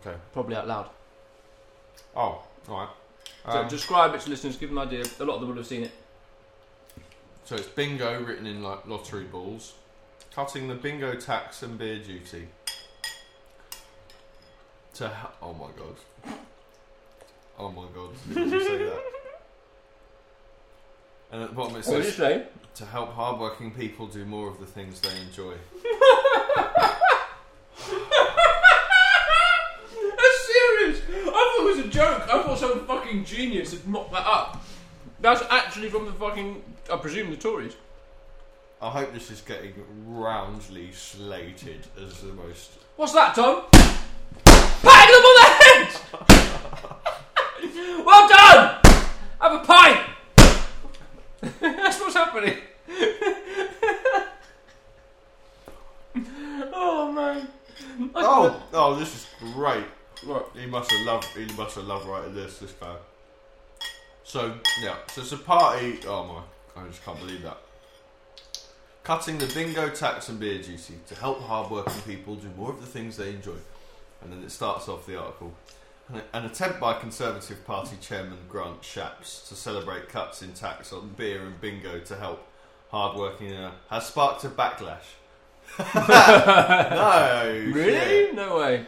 Speaker 4: Okay.
Speaker 2: Probably out loud.
Speaker 4: Oh, alright.
Speaker 2: So
Speaker 4: Um,
Speaker 2: describe it to listeners. Give them an idea. A lot of them will have seen it.
Speaker 4: So it's bingo written in like lottery balls, cutting the bingo tax and beer duty. To ha- oh my god, oh my god, did you say that? And at the bottom it
Speaker 2: What did you
Speaker 4: says
Speaker 2: say?
Speaker 4: to help hardworking people do more of the things they enjoy.
Speaker 2: That's serious. I thought it was a joke. I thought some fucking genius had mocked that up. That's actually from the fucking, I presume, the Tories.
Speaker 4: I hope this is getting roundly slated as the most.
Speaker 2: What's that, Tom? Patting them on the head. well done. Have a pint. what's happening? oh man. I
Speaker 1: Oh, oh, this is
Speaker 2: couldn't-
Speaker 1: great.
Speaker 2: Right.
Speaker 1: He must have loved. He must have loved writing this. This guy. So yeah, so it's a party. Oh my! I just can't believe that. Cutting the bingo tax and beer duty to help hardworking people do more of the things they enjoy, and then it starts off the article. An, an attempt by Conservative Party Chairman Grant Shapps to celebrate cuts in tax on beer and bingo to help hardworking uh, has sparked a backlash. no, Oh, shit.
Speaker 2: Really? No way.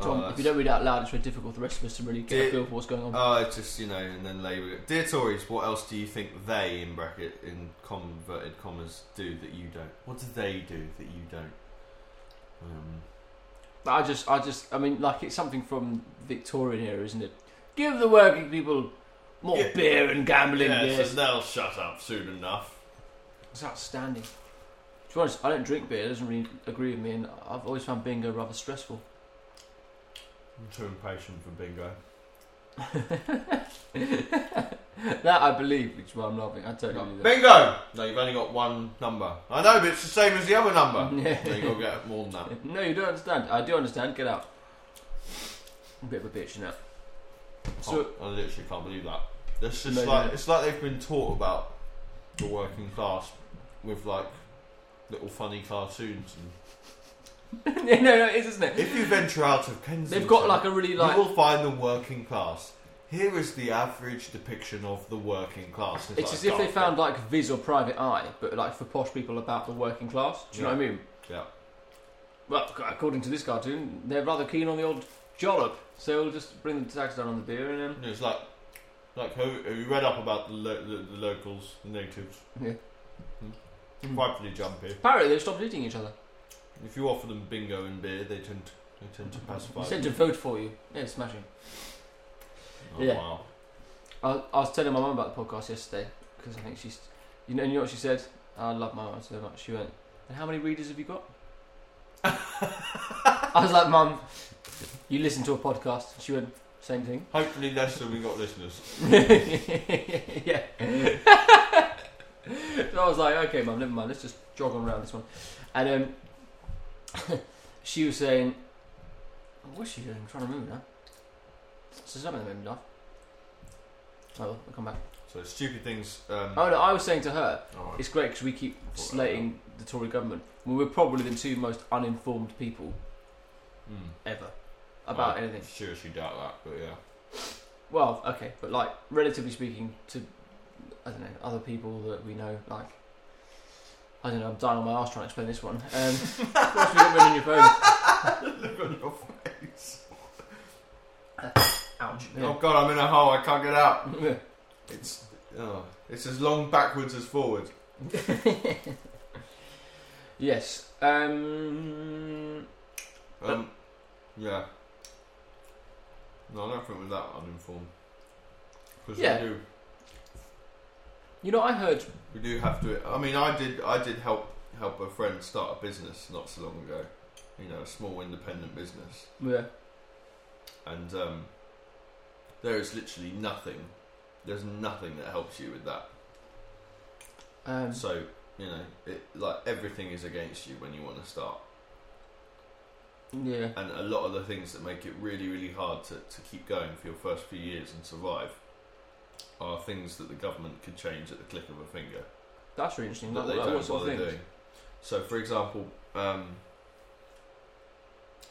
Speaker 2: Tom,
Speaker 1: Oh,
Speaker 2: if you
Speaker 1: that's-
Speaker 2: don't read it out loud, it's very difficult for the rest of us to really get a
Speaker 1: Did-
Speaker 2: feel for what's going on.
Speaker 1: Oh, it's just you know, and then Labour. Dear Tories, what else do you think they, in bracket, in converted commas, do that you don't? What do they do that you don't? Um,
Speaker 2: I just, I just, I mean, like it's something from Victorian era, isn't it? Give the working people more
Speaker 1: Yeah.
Speaker 2: beer and gambling. yes,
Speaker 1: they'll shut up soon enough.
Speaker 2: it's outstanding. To be honest, I don't drink beer. It doesn't really agree with me, and I've always found bingo rather stressful.
Speaker 1: I'm too impatient for bingo.
Speaker 2: that I believe, which is why I'm laughing. I totally do that.
Speaker 1: Bingo! No, you've only got one number. I know, but it's the same as the other number.
Speaker 2: Yeah.
Speaker 1: no, you've got to get more than that.
Speaker 2: No, you don't understand. I do understand. Get out. I'm a bit of a bitch now. So,
Speaker 1: Can't- I literally can't believe that. It's just
Speaker 2: No, no,
Speaker 1: like
Speaker 2: no.
Speaker 1: it's like they've been taught about the working class with like little funny cartoons and
Speaker 2: no, no, no, it is, isn't it?
Speaker 1: If you venture out of Kensington,
Speaker 2: They've got like a really like.
Speaker 1: you will find the working class. Here is the average depiction of the working class.
Speaker 2: It's as if they found like Viz or Private Eye, but like for posh people about the working class. Do you know what I mean?
Speaker 1: Yeah.
Speaker 2: Well, ac- according to this cartoon, they're rather keen on the old jollop, so we'll just bring the tax down on the beer and then.
Speaker 1: You know, It's like, like have, have you read up about the, lo- the, the locals, the natives?
Speaker 2: Yeah.
Speaker 1: Hmm. Frightfully jumpy.
Speaker 2: um, Apparently, they've stopped eating each other.
Speaker 1: If you offer them bingo and beer, they tend to, they tend to pacify.
Speaker 2: They said to
Speaker 1: them.
Speaker 2: vote for you. Yeah, smashing.
Speaker 1: Oh,
Speaker 2: yeah.
Speaker 1: Wow.
Speaker 2: I, I was telling my mum about the podcast yesterday because I think she's. You know, you know what she said? I love my mum so much. She went, And how many readers have you got? I was like, Mum, you listen to a podcast. She went, Same thing.
Speaker 1: Hopefully less than we got listeners.
Speaker 2: yeah. so I was like, okay, mum, never mind. Let's just jog on around this one. And um, she was saying, what's she doing? I'm trying to remember now. So something that made me laugh. Oh, well, I'll come back.
Speaker 1: So stupid things. Um,
Speaker 2: Oh no, I was saying to her,
Speaker 1: alright.
Speaker 2: it's great because we keep slating the Tory government. Well, we're probably the two most uninformed people
Speaker 1: Hmm.
Speaker 2: ever about
Speaker 1: I
Speaker 2: anything.
Speaker 1: Seriously doubt that, but yeah.
Speaker 2: Well, okay, but like relatively speaking to I don't know other people that we know, like I don't know, I'm dying on my arse trying to explain this one. Um, what's with everyone on your phone?
Speaker 1: Look on your face.
Speaker 2: Ouch.
Speaker 1: Oh god, I'm in a hole. I can't get out.
Speaker 2: Yeah.
Speaker 1: It's oh, it's as long backwards as forwards.
Speaker 2: yes. Um,
Speaker 1: Um, yeah. No, I don't think we're that uninformed. Because
Speaker 2: Yeah.
Speaker 1: we do,
Speaker 2: you know, I heard.
Speaker 1: we do have to. I mean, I did, I did help help a friend start a business not so long ago. You know, a small independent business,
Speaker 2: Yeah.
Speaker 1: and um, there is literally nothing. There's nothing that helps you with that.
Speaker 2: Um,
Speaker 1: So you know, it like everything is against you when you want to start.
Speaker 2: yeah.
Speaker 1: and a lot of the things that make it really, really hard to, to keep going for your first few years and survive are things that the government could change at the click of a finger
Speaker 2: That's really interesting.
Speaker 1: that
Speaker 2: Like,
Speaker 1: they
Speaker 2: like, what
Speaker 1: don't
Speaker 2: sort of
Speaker 1: bother
Speaker 2: things?
Speaker 1: doing. So, for example, um,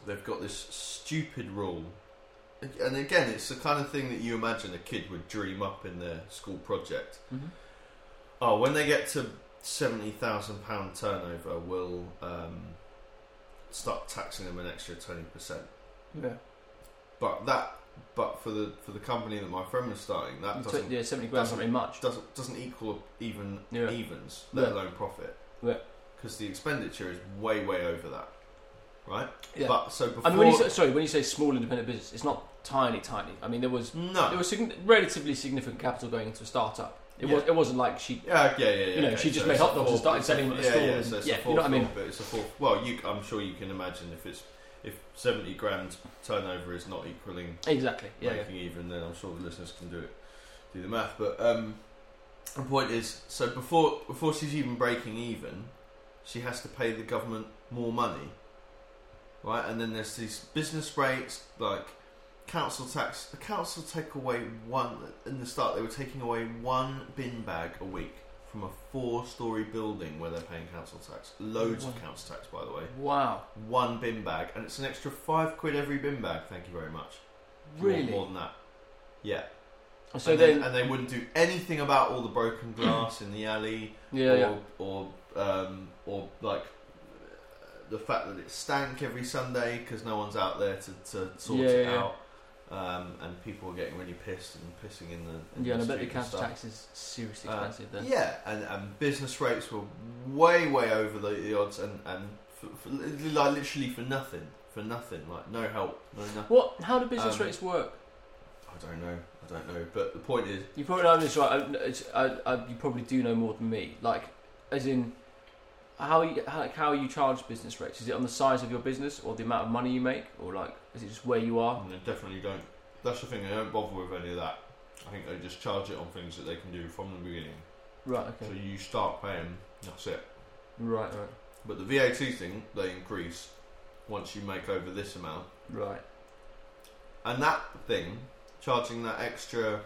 Speaker 1: they've got this stupid rule, and again, it's the kind of thing that you imagine a kid would dream up in their school project.
Speaker 2: Mhm.
Speaker 1: Oh, when they get to seventy thousand pound turnover, we'll um, start taxing them an extra twenty percent.
Speaker 2: Yeah.
Speaker 1: But that, but for the for the company that my friend was starting, that
Speaker 2: You took-
Speaker 1: doesn't
Speaker 2: yeah, seventy grand's not
Speaker 1: doesn't-
Speaker 2: really much.
Speaker 1: doesn't doesn't equal even
Speaker 2: Yeah.
Speaker 1: evens, let
Speaker 2: Yeah.
Speaker 1: alone profit.
Speaker 2: Yeah.
Speaker 1: Because the expenditure is way way over that, right?
Speaker 2: Yeah.
Speaker 1: But so before
Speaker 2: I mean, when you say, sorry, when you say small independent business, it's not tiny, tiny. I mean, there was
Speaker 1: no,
Speaker 2: There was sign- relatively significant capital going into a startup. It was.
Speaker 1: Yeah.
Speaker 2: It wasn't like she.
Speaker 1: yeah, yeah, yeah, yeah.
Speaker 2: you know,
Speaker 1: okay,
Speaker 2: she just
Speaker 1: so
Speaker 2: made
Speaker 1: it's a
Speaker 2: hot dogs and
Speaker 1: four-
Speaker 2: started
Speaker 1: it's a-
Speaker 2: selling them at the
Speaker 1: yeah,
Speaker 2: store
Speaker 1: Yeah,
Speaker 2: and-
Speaker 1: so it's
Speaker 2: yeah,
Speaker 1: a
Speaker 2: you
Speaker 1: four,
Speaker 2: know what I mean?
Speaker 1: But it's a four. Well, you, I'm sure you can imagine if it's if 70 grand turnover is not equaling
Speaker 2: Exactly. Yeah. yeah.
Speaker 1: making even, then I'm sure the listeners can do it, do the math. But um, the point is, so before before she's even breaking even, she has to pay the government more money, right? And then there's these business rates, like council tax. The council take away one in the start. They were taking away one bin bag a week from a four-story building where they're paying council tax. Loads
Speaker 2: Wow.
Speaker 1: of council tax, by the way.
Speaker 2: Wow.
Speaker 1: One bin bag, and it's an extra five quid every bin bag. Thank you very much. More-
Speaker 2: Really.
Speaker 1: More than that. Yeah.
Speaker 2: So
Speaker 1: and
Speaker 2: then,
Speaker 1: and they wouldn't do anything about all the broken glass in the alley,
Speaker 2: yeah,
Speaker 1: or
Speaker 2: yeah.
Speaker 1: or, um, or like uh, the fact that it stank every Sunday because no one's out there to, to sort
Speaker 2: Yeah,
Speaker 1: it
Speaker 2: yeah, yeah.
Speaker 1: out, um, and people were getting really pissed and pissing in the in
Speaker 2: Yeah, and I bet the
Speaker 1: street
Speaker 2: council
Speaker 1: stuff.
Speaker 2: tax is seriously
Speaker 1: Uh,
Speaker 2: expensive then.
Speaker 1: Yeah, and, and business rates were way, way over the, the odds, and and for, for, like literally for nothing, for nothing, like no help, no nothing.
Speaker 2: What? How do business
Speaker 1: Um,
Speaker 2: rates work?
Speaker 1: I don't know, I don't know, but the point is,
Speaker 2: You probably know this, right? I, it's, I, I, you probably do know more than me. Like, as in, how you, how, like, how you charge business rates? Is it on the size of your business or the amount of money you make, or like, is it just where you are?
Speaker 1: And they definitely don't. That's the thing. They don't bother with any of that. I think they just charge it on things that they can do from the beginning.
Speaker 2: Right.
Speaker 1: So
Speaker 2: Okay.
Speaker 1: you start paying. That's it.
Speaker 2: Right. Right.
Speaker 1: But the VAT thing they increase once you make over this amount.
Speaker 2: Right.
Speaker 1: And that thing, charging that extra,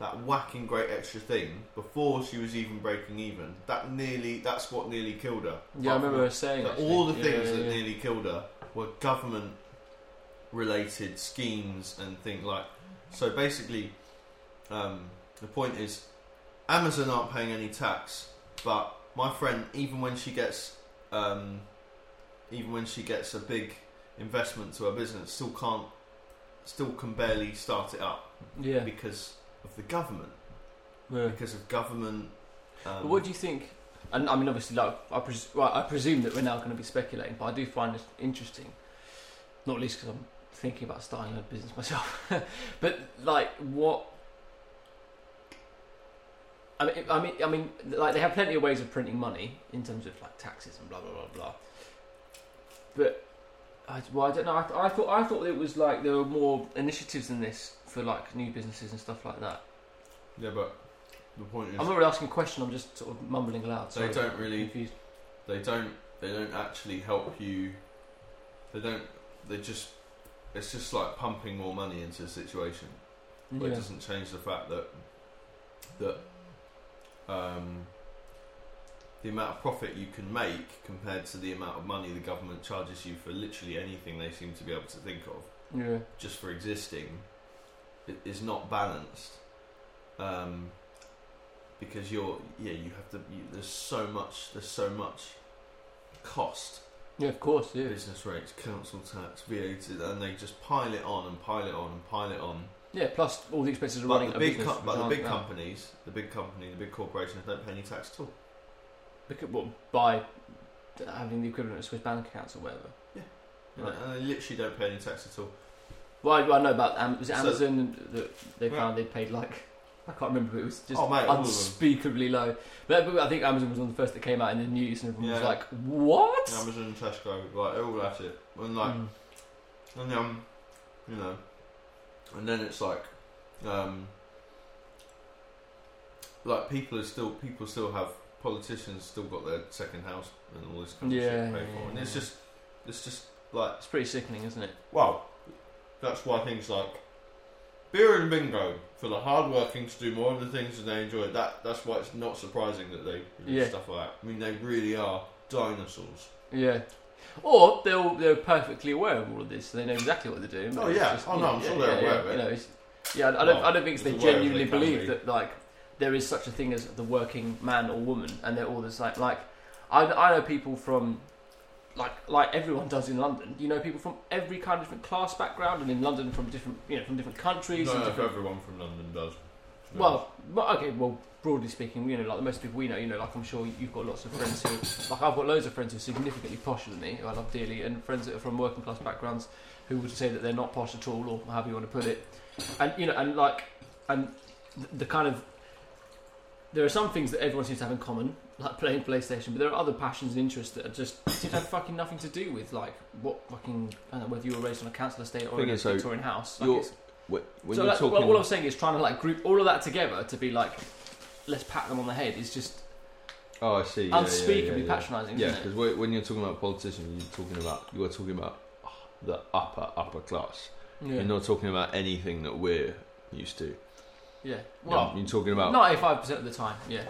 Speaker 1: that whacking great extra thing before she was even breaking even. That nearly. That's what nearly killed her.
Speaker 2: Yeah, I
Speaker 1: Apart from
Speaker 2: remember her saying
Speaker 1: that
Speaker 2: actually.
Speaker 1: all the
Speaker 2: Yeah,
Speaker 1: things
Speaker 2: yeah,
Speaker 1: that
Speaker 2: yeah.
Speaker 1: nearly killed her were government related schemes and things like so basically um, the point is amazon aren't paying any tax but my friend even when she gets um, even when she gets a big investment to her business still can't still can barely start it up
Speaker 2: Yeah.
Speaker 1: because of the government
Speaker 2: yeah.
Speaker 1: because of government um,
Speaker 2: But what do you think? And I mean, obviously, like I, pres- well, I presume that we're now going to be speculating, but I do find it interesting, not least because I'm thinking about starting a business myself. but like, what? I mean, I mean, I mean, like they have plenty of ways of printing money in terms of like taxes and blah blah blah blah. But I, well, I don't know. I, I thought I thought it was like there were more initiatives than this for like new businesses and stuff like that.
Speaker 1: yeah but the point is
Speaker 2: I'm not really asking a question. I'm just sort of mumbling aloud.
Speaker 1: they
Speaker 2: Sorry.
Speaker 1: don't really
Speaker 2: Confused.
Speaker 1: they don't they don't actually help you they don't they just it's just like pumping more money into the situation but it
Speaker 2: Yeah.
Speaker 1: doesn't change the fact that that um, the amount of profit you can make compared to the amount of money the government charges you for literally anything they seem to be able to think of
Speaker 2: Yeah.
Speaker 1: just for existing i- is not balanced um, because you're yeah you have to you, there's so much there's so much cost
Speaker 2: Yeah, of course, yeah.
Speaker 1: business rates council tax VAT and they just pile it on and pile it on and pile it on
Speaker 2: Yeah, plus all the expenses of
Speaker 1: but
Speaker 2: running
Speaker 1: the
Speaker 2: a
Speaker 1: big
Speaker 2: business.
Speaker 1: com- but the big companies the big company the big corporations don't pay any tax at all
Speaker 2: company. Well, by having the equivalent of Swiss bank accounts or whatever.
Speaker 1: You
Speaker 2: Right.
Speaker 1: know, and they literally don't pay any tax at all
Speaker 2: Well, I, I know about Am- was it
Speaker 1: So-
Speaker 2: Amazon that they
Speaker 1: Yeah.
Speaker 2: found they paid like I can't remember, but it was just
Speaker 1: Oh, mate, all of them.
Speaker 2: unspeakably low. But, but I think Amazon was one of the first that came out in the news, and everyone was
Speaker 1: Yeah.
Speaker 2: like, "What?"
Speaker 1: Amazon Tesco like they're all at it and like
Speaker 2: Mm.
Speaker 1: And um, you know, and then it's like, um, like people are still people still have politicians still got their second house and all this kind of
Speaker 2: Yeah,
Speaker 1: shit paid for, and it's
Speaker 2: yeah.
Speaker 1: just it's just like
Speaker 2: It's pretty sickening, isn't it?
Speaker 1: wow. That's why things like beer and bingo for the hardworking to do more of the things that they enjoy. That that's why it's not surprising that they do
Speaker 2: Yeah.
Speaker 1: stuff like that. I mean, they really are dinosaurs.
Speaker 2: Yeah. Or they're they're perfectly aware of all of this. They know exactly what they're doing. but
Speaker 1: Oh,
Speaker 2: it's
Speaker 1: yeah.
Speaker 2: just-
Speaker 1: Oh, no, I'm
Speaker 2: yeah,
Speaker 1: sure they're
Speaker 2: yeah,
Speaker 1: aware
Speaker 2: yeah,
Speaker 1: of it.
Speaker 2: You know, it's, yeah, I don't. I don't think it's they
Speaker 1: Well, as aware as they
Speaker 2: genuinely
Speaker 1: can
Speaker 2: believe
Speaker 1: be.
Speaker 2: that like there is such a thing as the working man or woman, and they're all this like like I, I know people from like like everyone does in London. You know, people from every kind of different class background, and in London from different you know from different countries.
Speaker 1: No,
Speaker 2: and
Speaker 1: no,
Speaker 2: different,
Speaker 1: everyone from London does. to be honest.
Speaker 2: well, well, okay, well, broadly speaking, you know, like the most people we know, you know, like I'm sure you've got lots of friends who, like I've got loads of friends who are significantly posher than me, who I love dearly, and friends that are from working class backgrounds who would say that they're not posh at all, or however you want to put it. And, you know, and like, and the, the kind of, there are some things that everyone seems to have in common, like playing PlayStation, but there are other passions and interests that are just seem to have fucking nothing to do with like what fucking I don't know whether you were raised on a council estate or
Speaker 1: Thing
Speaker 2: in a
Speaker 1: is, so
Speaker 2: Victorian house. Like
Speaker 1: you're-
Speaker 2: it's,
Speaker 1: When when
Speaker 2: so
Speaker 1: you're
Speaker 2: like,
Speaker 1: talking,
Speaker 2: well, all I'm saying is trying to like group all of that together to be like, let's pat them on the head is just
Speaker 1: oh, I see, yeah, yeah, yeah,
Speaker 2: unspeakably
Speaker 1: yeah.
Speaker 2: patronising,
Speaker 1: Yeah,
Speaker 2: isn't
Speaker 1: because
Speaker 2: it?
Speaker 1: when you're talking about politicians, you're talking about you are talking about the upper upper class.
Speaker 2: Yeah,
Speaker 1: You're not talking about anything that we're used to.
Speaker 2: yeah.
Speaker 1: You're-
Speaker 2: Well,
Speaker 1: you're talking about
Speaker 2: ninety-five percent of the time, yeah.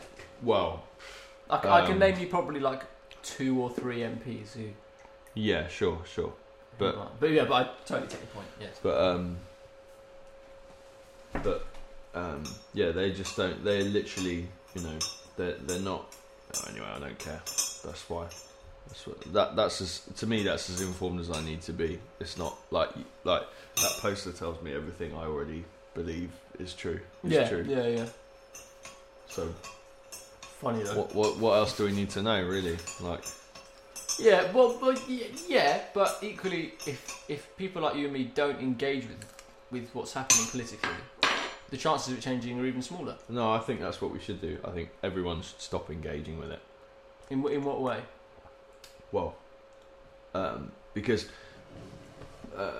Speaker 1: well,
Speaker 2: I, c- I
Speaker 1: Um,
Speaker 2: can name you probably like two or three MPs who. who
Speaker 1: yeah, sure, sure, But-
Speaker 2: might- but yeah, but I totally take your point. Yes.
Speaker 1: but um, but um, yeah, they just don't. They're literally, you know, they're they're not. oh, anyway, I don't care. That's why. That's what, that that's as to me. That's as informed as I need to be. It's not like like that poster tells me everything I already believe is true. Is
Speaker 2: yeah,
Speaker 1: true.
Speaker 2: yeah, yeah.
Speaker 1: So
Speaker 2: Funny though.
Speaker 1: What, what what else do we need to know, really? Like,
Speaker 2: Yeah, well, well, y- yeah, but equally, if if people like you and me don't engage with with what's happening politically, the chances of it changing are even smaller.
Speaker 1: no, I think that's what we should do. I think everyone should stop engaging with it.
Speaker 2: In wh- in what way?
Speaker 1: Well, um, because, uh,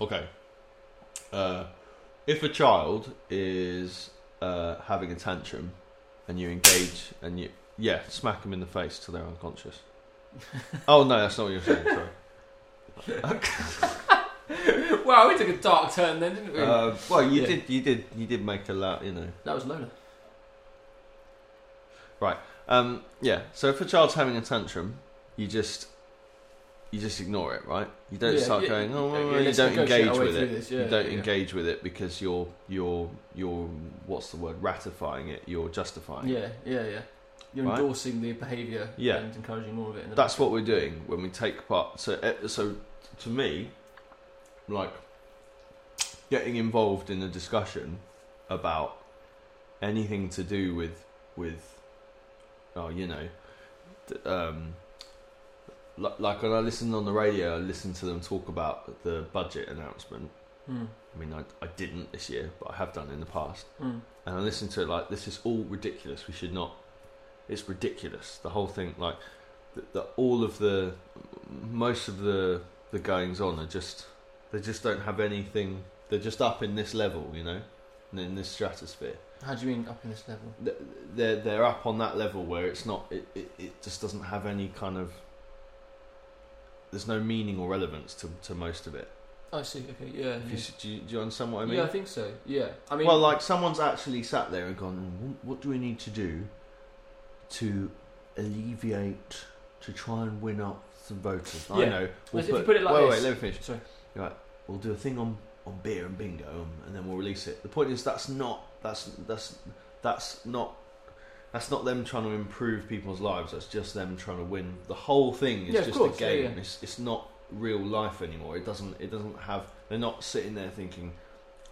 Speaker 1: okay, uh, if a child is uh, having a tantrum, and you engage and you yeah smack them in the face till they're unconscious. oh no, that's not what you're saying. Sorry.
Speaker 2: wow, we took a dark turn then, didn't we?
Speaker 1: Uh, well, you
Speaker 2: Yeah.
Speaker 1: did, you did, you did make a lot, you know.
Speaker 2: that was Lola.
Speaker 1: Um, yeah. So if a child's having a tantrum, you just you just ignore it, right? You don't
Speaker 2: Yeah,
Speaker 1: start
Speaker 2: yeah,
Speaker 1: going, oh,
Speaker 2: yeah,
Speaker 1: well,
Speaker 2: yeah,
Speaker 1: well," you
Speaker 2: let's
Speaker 1: don't
Speaker 2: negotiate
Speaker 1: engage
Speaker 2: our way
Speaker 1: with
Speaker 2: through
Speaker 1: it.
Speaker 2: this, yeah,
Speaker 1: you don't
Speaker 2: yeah, yeah.
Speaker 1: engage with it because you're you're you're what's the word? Ratifying it. You're justifying. it.
Speaker 2: Yeah, yeah, yeah. You're
Speaker 1: Right.
Speaker 2: endorsing the behaviour
Speaker 1: Yeah.
Speaker 2: and encouraging more of it. In the
Speaker 1: That's what we're doing when we take part. So eh, so to me, like getting involved in a discussion about anything to do with with oh you know d- um li- like when I listened on the radio, I listened to them talk about the budget announcement.
Speaker 2: Hmm,
Speaker 1: I mean, I, I didn't this year, but I have done in the past.
Speaker 2: hmm.
Speaker 1: And I listened to it like, this is all ridiculous. We should not. It's ridiculous. The whole thing, like, the, the, all of the, most of the the goings on are just, they just don't have anything. They're just up in this level, you know, and in this stratosphere.
Speaker 2: How do you mean up in this level?
Speaker 1: Th- They're they're up on that level where it's not. It, it, it just doesn't have any kind of. There's no meaning or relevance to, to most of it.
Speaker 2: I see. Okay, yeah.
Speaker 1: If
Speaker 2: yeah.
Speaker 1: you, s- do, you, do you understand what I mean?
Speaker 2: Mm-hmm. yeah, I think so. Yeah, I mean,
Speaker 1: well, like someone's actually sat there and gone, "Wh- "What do we need to do to alleviate to try and win up some voters?" I
Speaker 2: Yeah.
Speaker 1: know.
Speaker 2: If you put it like
Speaker 1: wait,
Speaker 2: this-
Speaker 1: wait, let me finish.
Speaker 2: sorry.
Speaker 1: You're right. We'll do a thing on on beer and bingo, um, and, and then we'll release it. The point is that's not that's that's that's not. That's not them trying to improve people's lives. That's just them trying to win. The whole thing is
Speaker 2: Yeah, of
Speaker 1: just
Speaker 2: course,
Speaker 1: a
Speaker 2: yeah,
Speaker 1: game.
Speaker 2: yeah.
Speaker 1: It's, it's not real life anymore. It doesn't. It doesn't have. They're not sitting there thinking,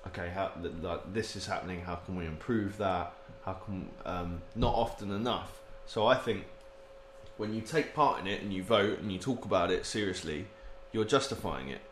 Speaker 1: okay, how th- like this is happening. How can we improve that? How can um, not often enough? So I think when you take part in it and you vote and you talk about it seriously, you're justifying it.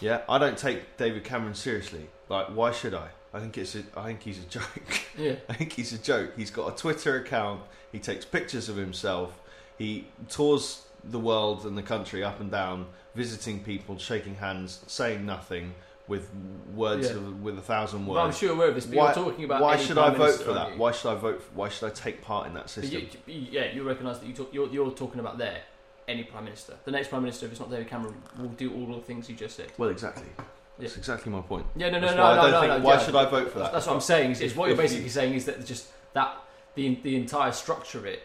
Speaker 1: Yeah, I don't take David Cameron seriously. Like, why should I? I think it's. A, I think he's a joke.
Speaker 2: yeah,
Speaker 1: I think he's a joke. He's got a Twitter account. He takes pictures of himself. He tours the world and the country up and down, visiting people, shaking hands, saying nothing with words
Speaker 2: Yeah.
Speaker 1: of, with a thousand
Speaker 2: well, I'm
Speaker 1: words.
Speaker 2: sure aware of this. But you're talking about
Speaker 1: why
Speaker 2: any
Speaker 1: should
Speaker 2: Prime
Speaker 1: I vote
Speaker 2: Minister,
Speaker 1: for
Speaker 2: aren't
Speaker 1: that?
Speaker 2: you?
Speaker 1: Why should I vote? For, why should I take part in that
Speaker 2: But
Speaker 1: system?
Speaker 2: you, you, yeah, you recognise that you talk, you're, you're talking about there, any Prime Minister. The next Prime Minister, if it's not David Cameron, will do all the things you just said.
Speaker 1: well, exactly. That's exactly my point.
Speaker 2: Yeah, no, no,
Speaker 1: That's
Speaker 2: no,
Speaker 1: why I
Speaker 2: no,
Speaker 1: don't
Speaker 2: no,
Speaker 1: think-
Speaker 2: no,
Speaker 1: Why
Speaker 2: yeah.
Speaker 1: should I vote for that?
Speaker 2: That's what I'm saying. Is, is what you're
Speaker 1: If you-
Speaker 2: basically saying is that just that the the entire structure of it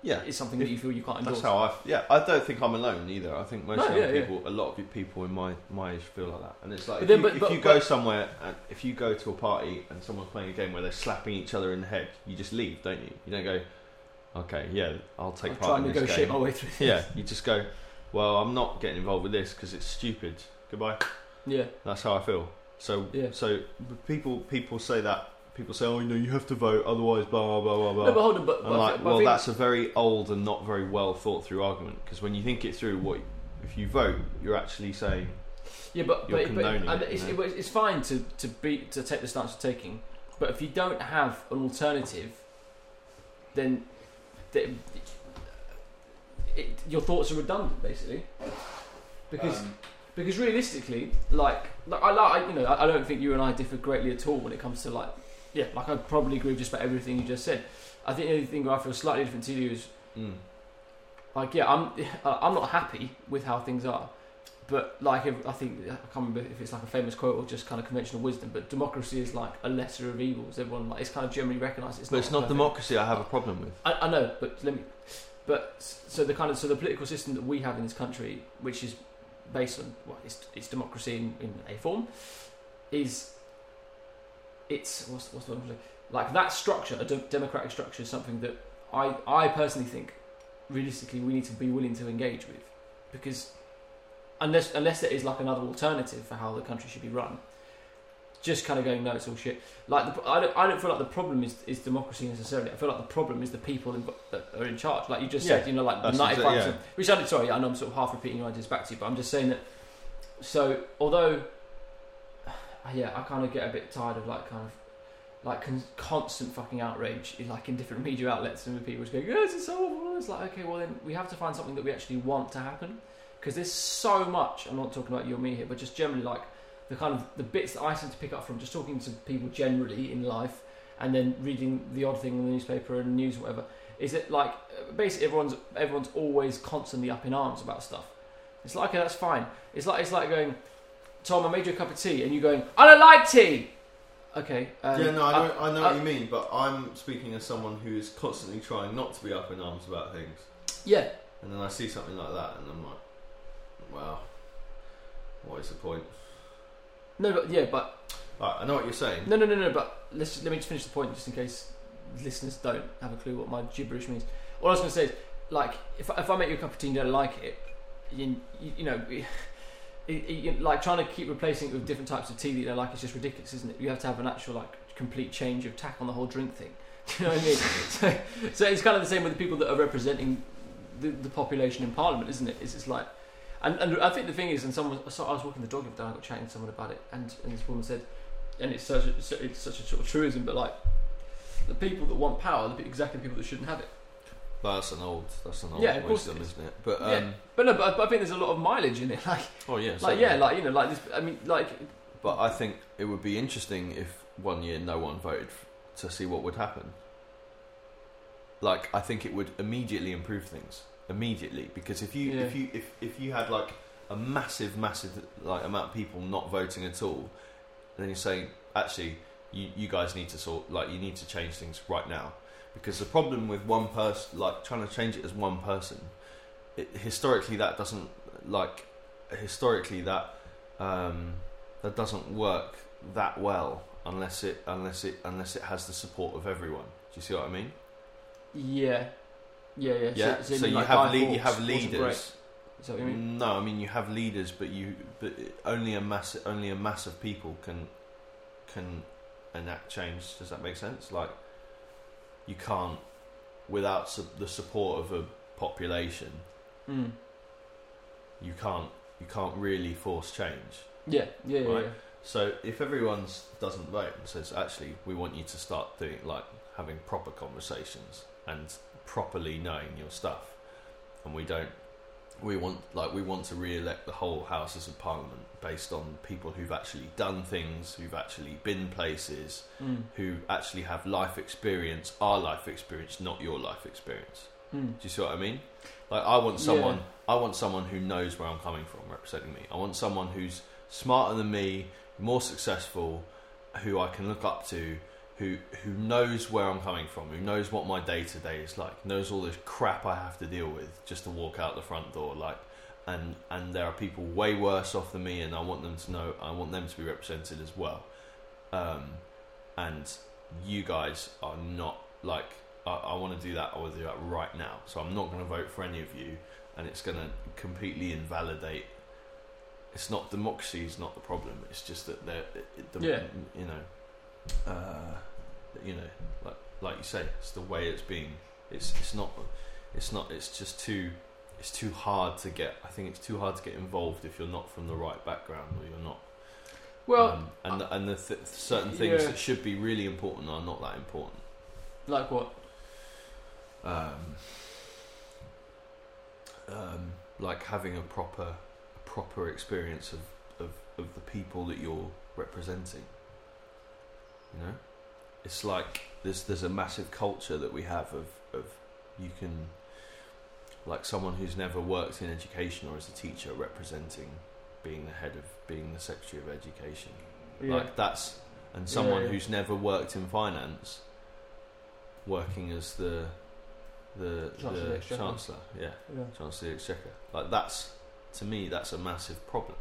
Speaker 1: yeah,
Speaker 2: is something that you feel you can't endorse.
Speaker 1: That's how I. Yeah, I don't think I'm alone either. I think most
Speaker 2: No,
Speaker 1: young
Speaker 2: yeah, yeah.
Speaker 1: people, a lot of people in my my age feel like that. And it's like
Speaker 2: But
Speaker 1: if,
Speaker 2: then-
Speaker 1: you,
Speaker 2: but-
Speaker 1: if
Speaker 2: but-
Speaker 1: you go somewhere, and if you go to a party and someone's playing a game where they're slapping each other in the head, you just leave, don't you? You don't go. Okay, yeah, I'll take
Speaker 2: I'll try
Speaker 1: part
Speaker 2: and
Speaker 1: in this
Speaker 2: negotiate
Speaker 1: game.
Speaker 2: my way through. This.
Speaker 1: Yeah, you just go. Well, I'm not getting involved with this because it's stupid. Goodbye.
Speaker 2: yeah,
Speaker 1: That's how I feel. So
Speaker 2: Yeah.
Speaker 1: so people people say that people say, oh, you know, you have to vote, otherwise, blah blah blah blah.
Speaker 2: no, but hold on, but,
Speaker 1: I'm
Speaker 2: but,
Speaker 1: like,
Speaker 2: but I
Speaker 1: well,
Speaker 2: think-
Speaker 1: that's a very old and not very well thought through argument because when you think it through, what if you vote, you're actually saying,
Speaker 2: yeah, but,
Speaker 1: you're
Speaker 2: but, but
Speaker 1: condoning
Speaker 2: and
Speaker 1: it,
Speaker 2: it's,
Speaker 1: you know.
Speaker 2: it's fine to to be to take the stance you're taking, but if you don't have an alternative then th it, your thoughts are redundant basically. Because
Speaker 4: Um,
Speaker 2: because realistically, like, like I like I- you know I, I don't think you and I differ greatly at all when it comes to like yeah like I probably agree with just about everything you just said. I think the only thing where I feel slightly different to you is
Speaker 1: Mm.
Speaker 2: like yeah I'm uh, I'm not happy with how things are, but like if, I think I can't remember if it's like a famous quote or just kind of conventional wisdom, but democracy is like a lesser of evils. Everyone like it's kind of generally recognised. It's
Speaker 1: But it's not
Speaker 2: perfect.
Speaker 1: democracy I have a problem with.
Speaker 2: I, I know, but let me. But s- so the kind of so the political system that we have in this country, which is based on well, it's, it's democracy in, in a form, is it's what's what's the word I'm saying? like that structure, a de- democratic structure, is something that I I personally think realistically we need to be willing to engage with, because unless unless there is like another alternative for how the country should be run, just kind of going no, it's all shit. Like the, I don't I don't feel like the problem is, is democracy necessarily. I feel like the problem is the people in, that are in charge. Like you just said,
Speaker 1: Yeah.
Speaker 2: you know, like the
Speaker 1: That's
Speaker 2: ninety
Speaker 1: exa-
Speaker 2: five
Speaker 1: yeah.
Speaker 2: percent. Which I sorry, I know I'm sort of half repeating your ideas back to you, but I'm just saying that. So although, yeah, I kind of get a bit tired of like kind of like con- constant fucking outrage, in, like in different media outlets, and with people just going, "Yeah, this is so awful." It's like, okay, well then we have to find something that we actually want to happen, because there's so much. I'm not talking about you or me here, but just generally like the kind of the bits that I seem to pick up from just talking to people generally in life, and then reading the odd thing in the newspaper and news, or whatever. Is it like uh, basically everyone's everyone's always constantly up in arms about stuff? It's like okay, that's fine. It's like it's like going, Tom, I made you a cup of tea, and you going, I don't like tea. Okay. Um,
Speaker 4: yeah, no, I know, I, know
Speaker 2: I-
Speaker 4: what you mean, but I'm speaking as someone who is constantly trying not to be up in arms about things,
Speaker 2: Yeah,
Speaker 4: and then I see something like that, and I'm like, wow, what is the point?
Speaker 2: no, but yeah, but
Speaker 4: Right, I know what you're saying.
Speaker 2: no, no, no, no. But let's just, let me just finish the point, just in case listeners don't have a clue what my gibberish means. All I was going to say is, like, if I- if I make you a cup of tea and you don't like it, you you, you know. It, it, you- like trying to keep replacing it with different types of tea that you don't like is just ridiculous, isn't it? You have to have an actual like complete change of tack on the whole drink thing. Do you know what I mean? so, so it's kind of the same with the people that are representing the, the population in Parliament, isn't it? It's, it's like, and, and I think the thing is, and someone, so I was walking the dog the other day, and I got chatting to someone about it, and, and this woman said, and it's such, a, so- it's such a sort of truism, but like, the people that want power are the pe- exactly the people that shouldn't have it.
Speaker 1: That's an old that's an old
Speaker 2: Yeah, of course
Speaker 1: wisdom,
Speaker 2: it is.
Speaker 1: isn't it? But
Speaker 2: Yeah.
Speaker 1: um,
Speaker 2: But no, but, but I think there's a lot of mileage in it. Like,
Speaker 1: oh yeah,
Speaker 2: like
Speaker 1: certainly.
Speaker 2: yeah, like you know, like this. I mean, like,
Speaker 1: But I think it would be interesting if one year no one voted f- to see what would happen. Like I think it would immediately improve things immediately because if you
Speaker 2: Yeah.
Speaker 1: if you if, if you had like a massive massive like amount of people not voting at all, then you're saying actually you you guys need to sort like you need to change things right now because the problem with one person like trying to change it as one person, it, historically that doesn't like historically that. Um, that doesn't work that well unless it unless it unless it has the support of everyone. Do you see what I mean?
Speaker 2: yeah, yeah, yeah.
Speaker 1: yeah. So,
Speaker 2: you mean,
Speaker 1: you,
Speaker 2: like,
Speaker 1: have
Speaker 2: Guy
Speaker 1: lea- you
Speaker 2: Fawkes
Speaker 1: have
Speaker 2: wasn't great.
Speaker 1: leaders.
Speaker 2: Is that what you mean?
Speaker 1: No, I mean you have leaders, but you but only a mass only a mass of people can can enact change. Does that make sense? Like you can't without su- the support of a population.
Speaker 2: Mm.
Speaker 1: You can't you can't really force change.
Speaker 2: Yeah, yeah, yeah,
Speaker 1: Right.
Speaker 2: yeah.
Speaker 1: So if everyone doesn't vote and says, actually, we want you to start doing like having proper conversations and properly knowing your stuff, and we don't, we want like we want to re-elect the whole houses of parliament based on people who've actually done things, who've actually been places,
Speaker 2: Mm.
Speaker 1: who actually have life experience, our life experience, not your life experience.
Speaker 2: Mm.
Speaker 1: Do you see what I mean? Like I want someone
Speaker 2: Yeah.
Speaker 1: I want someone who knows where I'm coming from representing me. I want someone who's smarter than me, more successful, who I can look up to, who who knows where I'm coming from, who knows what my day to day is like, knows all this crap I have to deal with just to walk out the front door like and and there are people way worse off than me and I want them to know I want them to be represented as well. Um and you guys are not like I, I want to do that. I want to do that right now. So I'm not going to vote for any of you, and it's going to completely invalidate. It's not democracy is not the problem. It's just that they're it- it- the,
Speaker 2: Yeah.
Speaker 1: you know, uh, you know, like like you say, it's the way it's being. It's it's not it's not it's just too it's too hard to get. I think it's too hard to get involved if you're not from the right background or you're not
Speaker 2: Well,
Speaker 1: um, and the, and the th- certain things
Speaker 2: yeah.
Speaker 1: that should be really important are not that important.
Speaker 2: like what?
Speaker 1: um, um, like having a proper a proper experience of, of, of the people that you're representing. You know? It's like there's there's a massive culture that we have of, of you can like someone who's never worked in education or as a teacher representing being the head of being the secretary of education
Speaker 2: Yeah.
Speaker 1: like that's and someone
Speaker 2: Yeah, yeah.
Speaker 1: who's never worked in finance working as the the
Speaker 2: Chancellor of the
Speaker 1: the
Speaker 2: Exchequer.
Speaker 1: chancellor yeah
Speaker 2: yeah.
Speaker 1: chancellor of the exchequer like that's to me that's a massive problem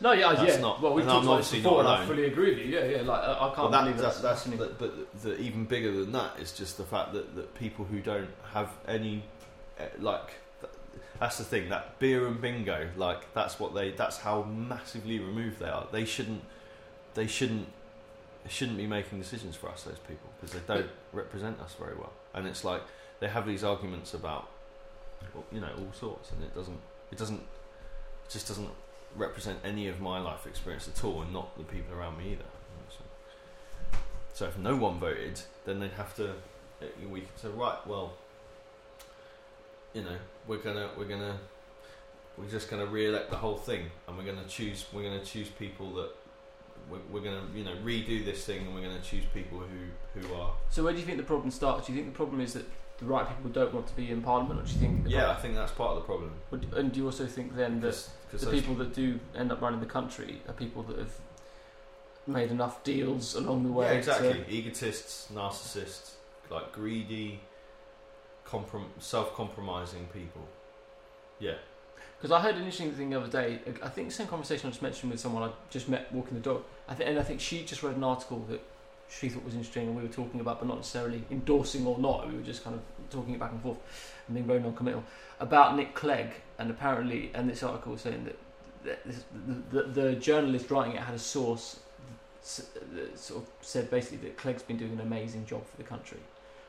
Speaker 2: No, yeah,
Speaker 1: That's
Speaker 2: yeah.
Speaker 1: not-
Speaker 2: well, we
Speaker 1: and
Speaker 2: talked
Speaker 1: I'm
Speaker 2: about this
Speaker 1: obviously
Speaker 2: before, and
Speaker 1: not
Speaker 2: I
Speaker 1: alone.
Speaker 2: fully agree with you. Yeah, yeah. Like I, I can't
Speaker 1: But that-
Speaker 2: believe that's,
Speaker 1: that's, that's
Speaker 2: happening.
Speaker 1: but, but the, even bigger than that is just the fact that, that people who don't have any eh, like th- that's the thing that beer and bingo like that's what they that's how massively removed they are they shouldn't they shouldn't they shouldn't be making decisions for us those people because they don't represent us very well and it's like they have these arguments about well, you know all sorts and it doesn't it doesn't it just doesn't represent any of my life experience at all and not the people around me either So- so if no one voted, then they'd have to uh, we could say right, well, you know, we're gonna we're gonna we're just gonna re-elect the whole thing, and we're gonna choose we're gonna choose people that we're, we're gonna you know redo this thing, and we're gonna choose people who who are
Speaker 2: So where do you think the problem starts? Do you think the problem is that the right people don't want to be in parliament, or do you think? The
Speaker 1: yeah. I think that's part of the problem.
Speaker 2: Right, and do you also think then that
Speaker 1: Because
Speaker 2: the people that do end up running the country are people that have made enough deals along the way.
Speaker 1: Mm. yeah, exactly.
Speaker 2: to-
Speaker 1: Egotists, narcissists, like greedy, comprom- self-compromising people. Yeah,
Speaker 2: Because I heard an interesting thing the other day. I think the same conversation I just mentioned with someone I just met walking the dog. I think, and I think she just read an article that she thought was interesting, and we were talking about, but not necessarily endorsing or not. We were just kind of talking it back and forth and being very non-committal about Nick Clegg, and apparently, and this article was saying that that this, the, the, the journalist writing it had a source s- that sort of said basically that Clegg's been doing an amazing job for the country.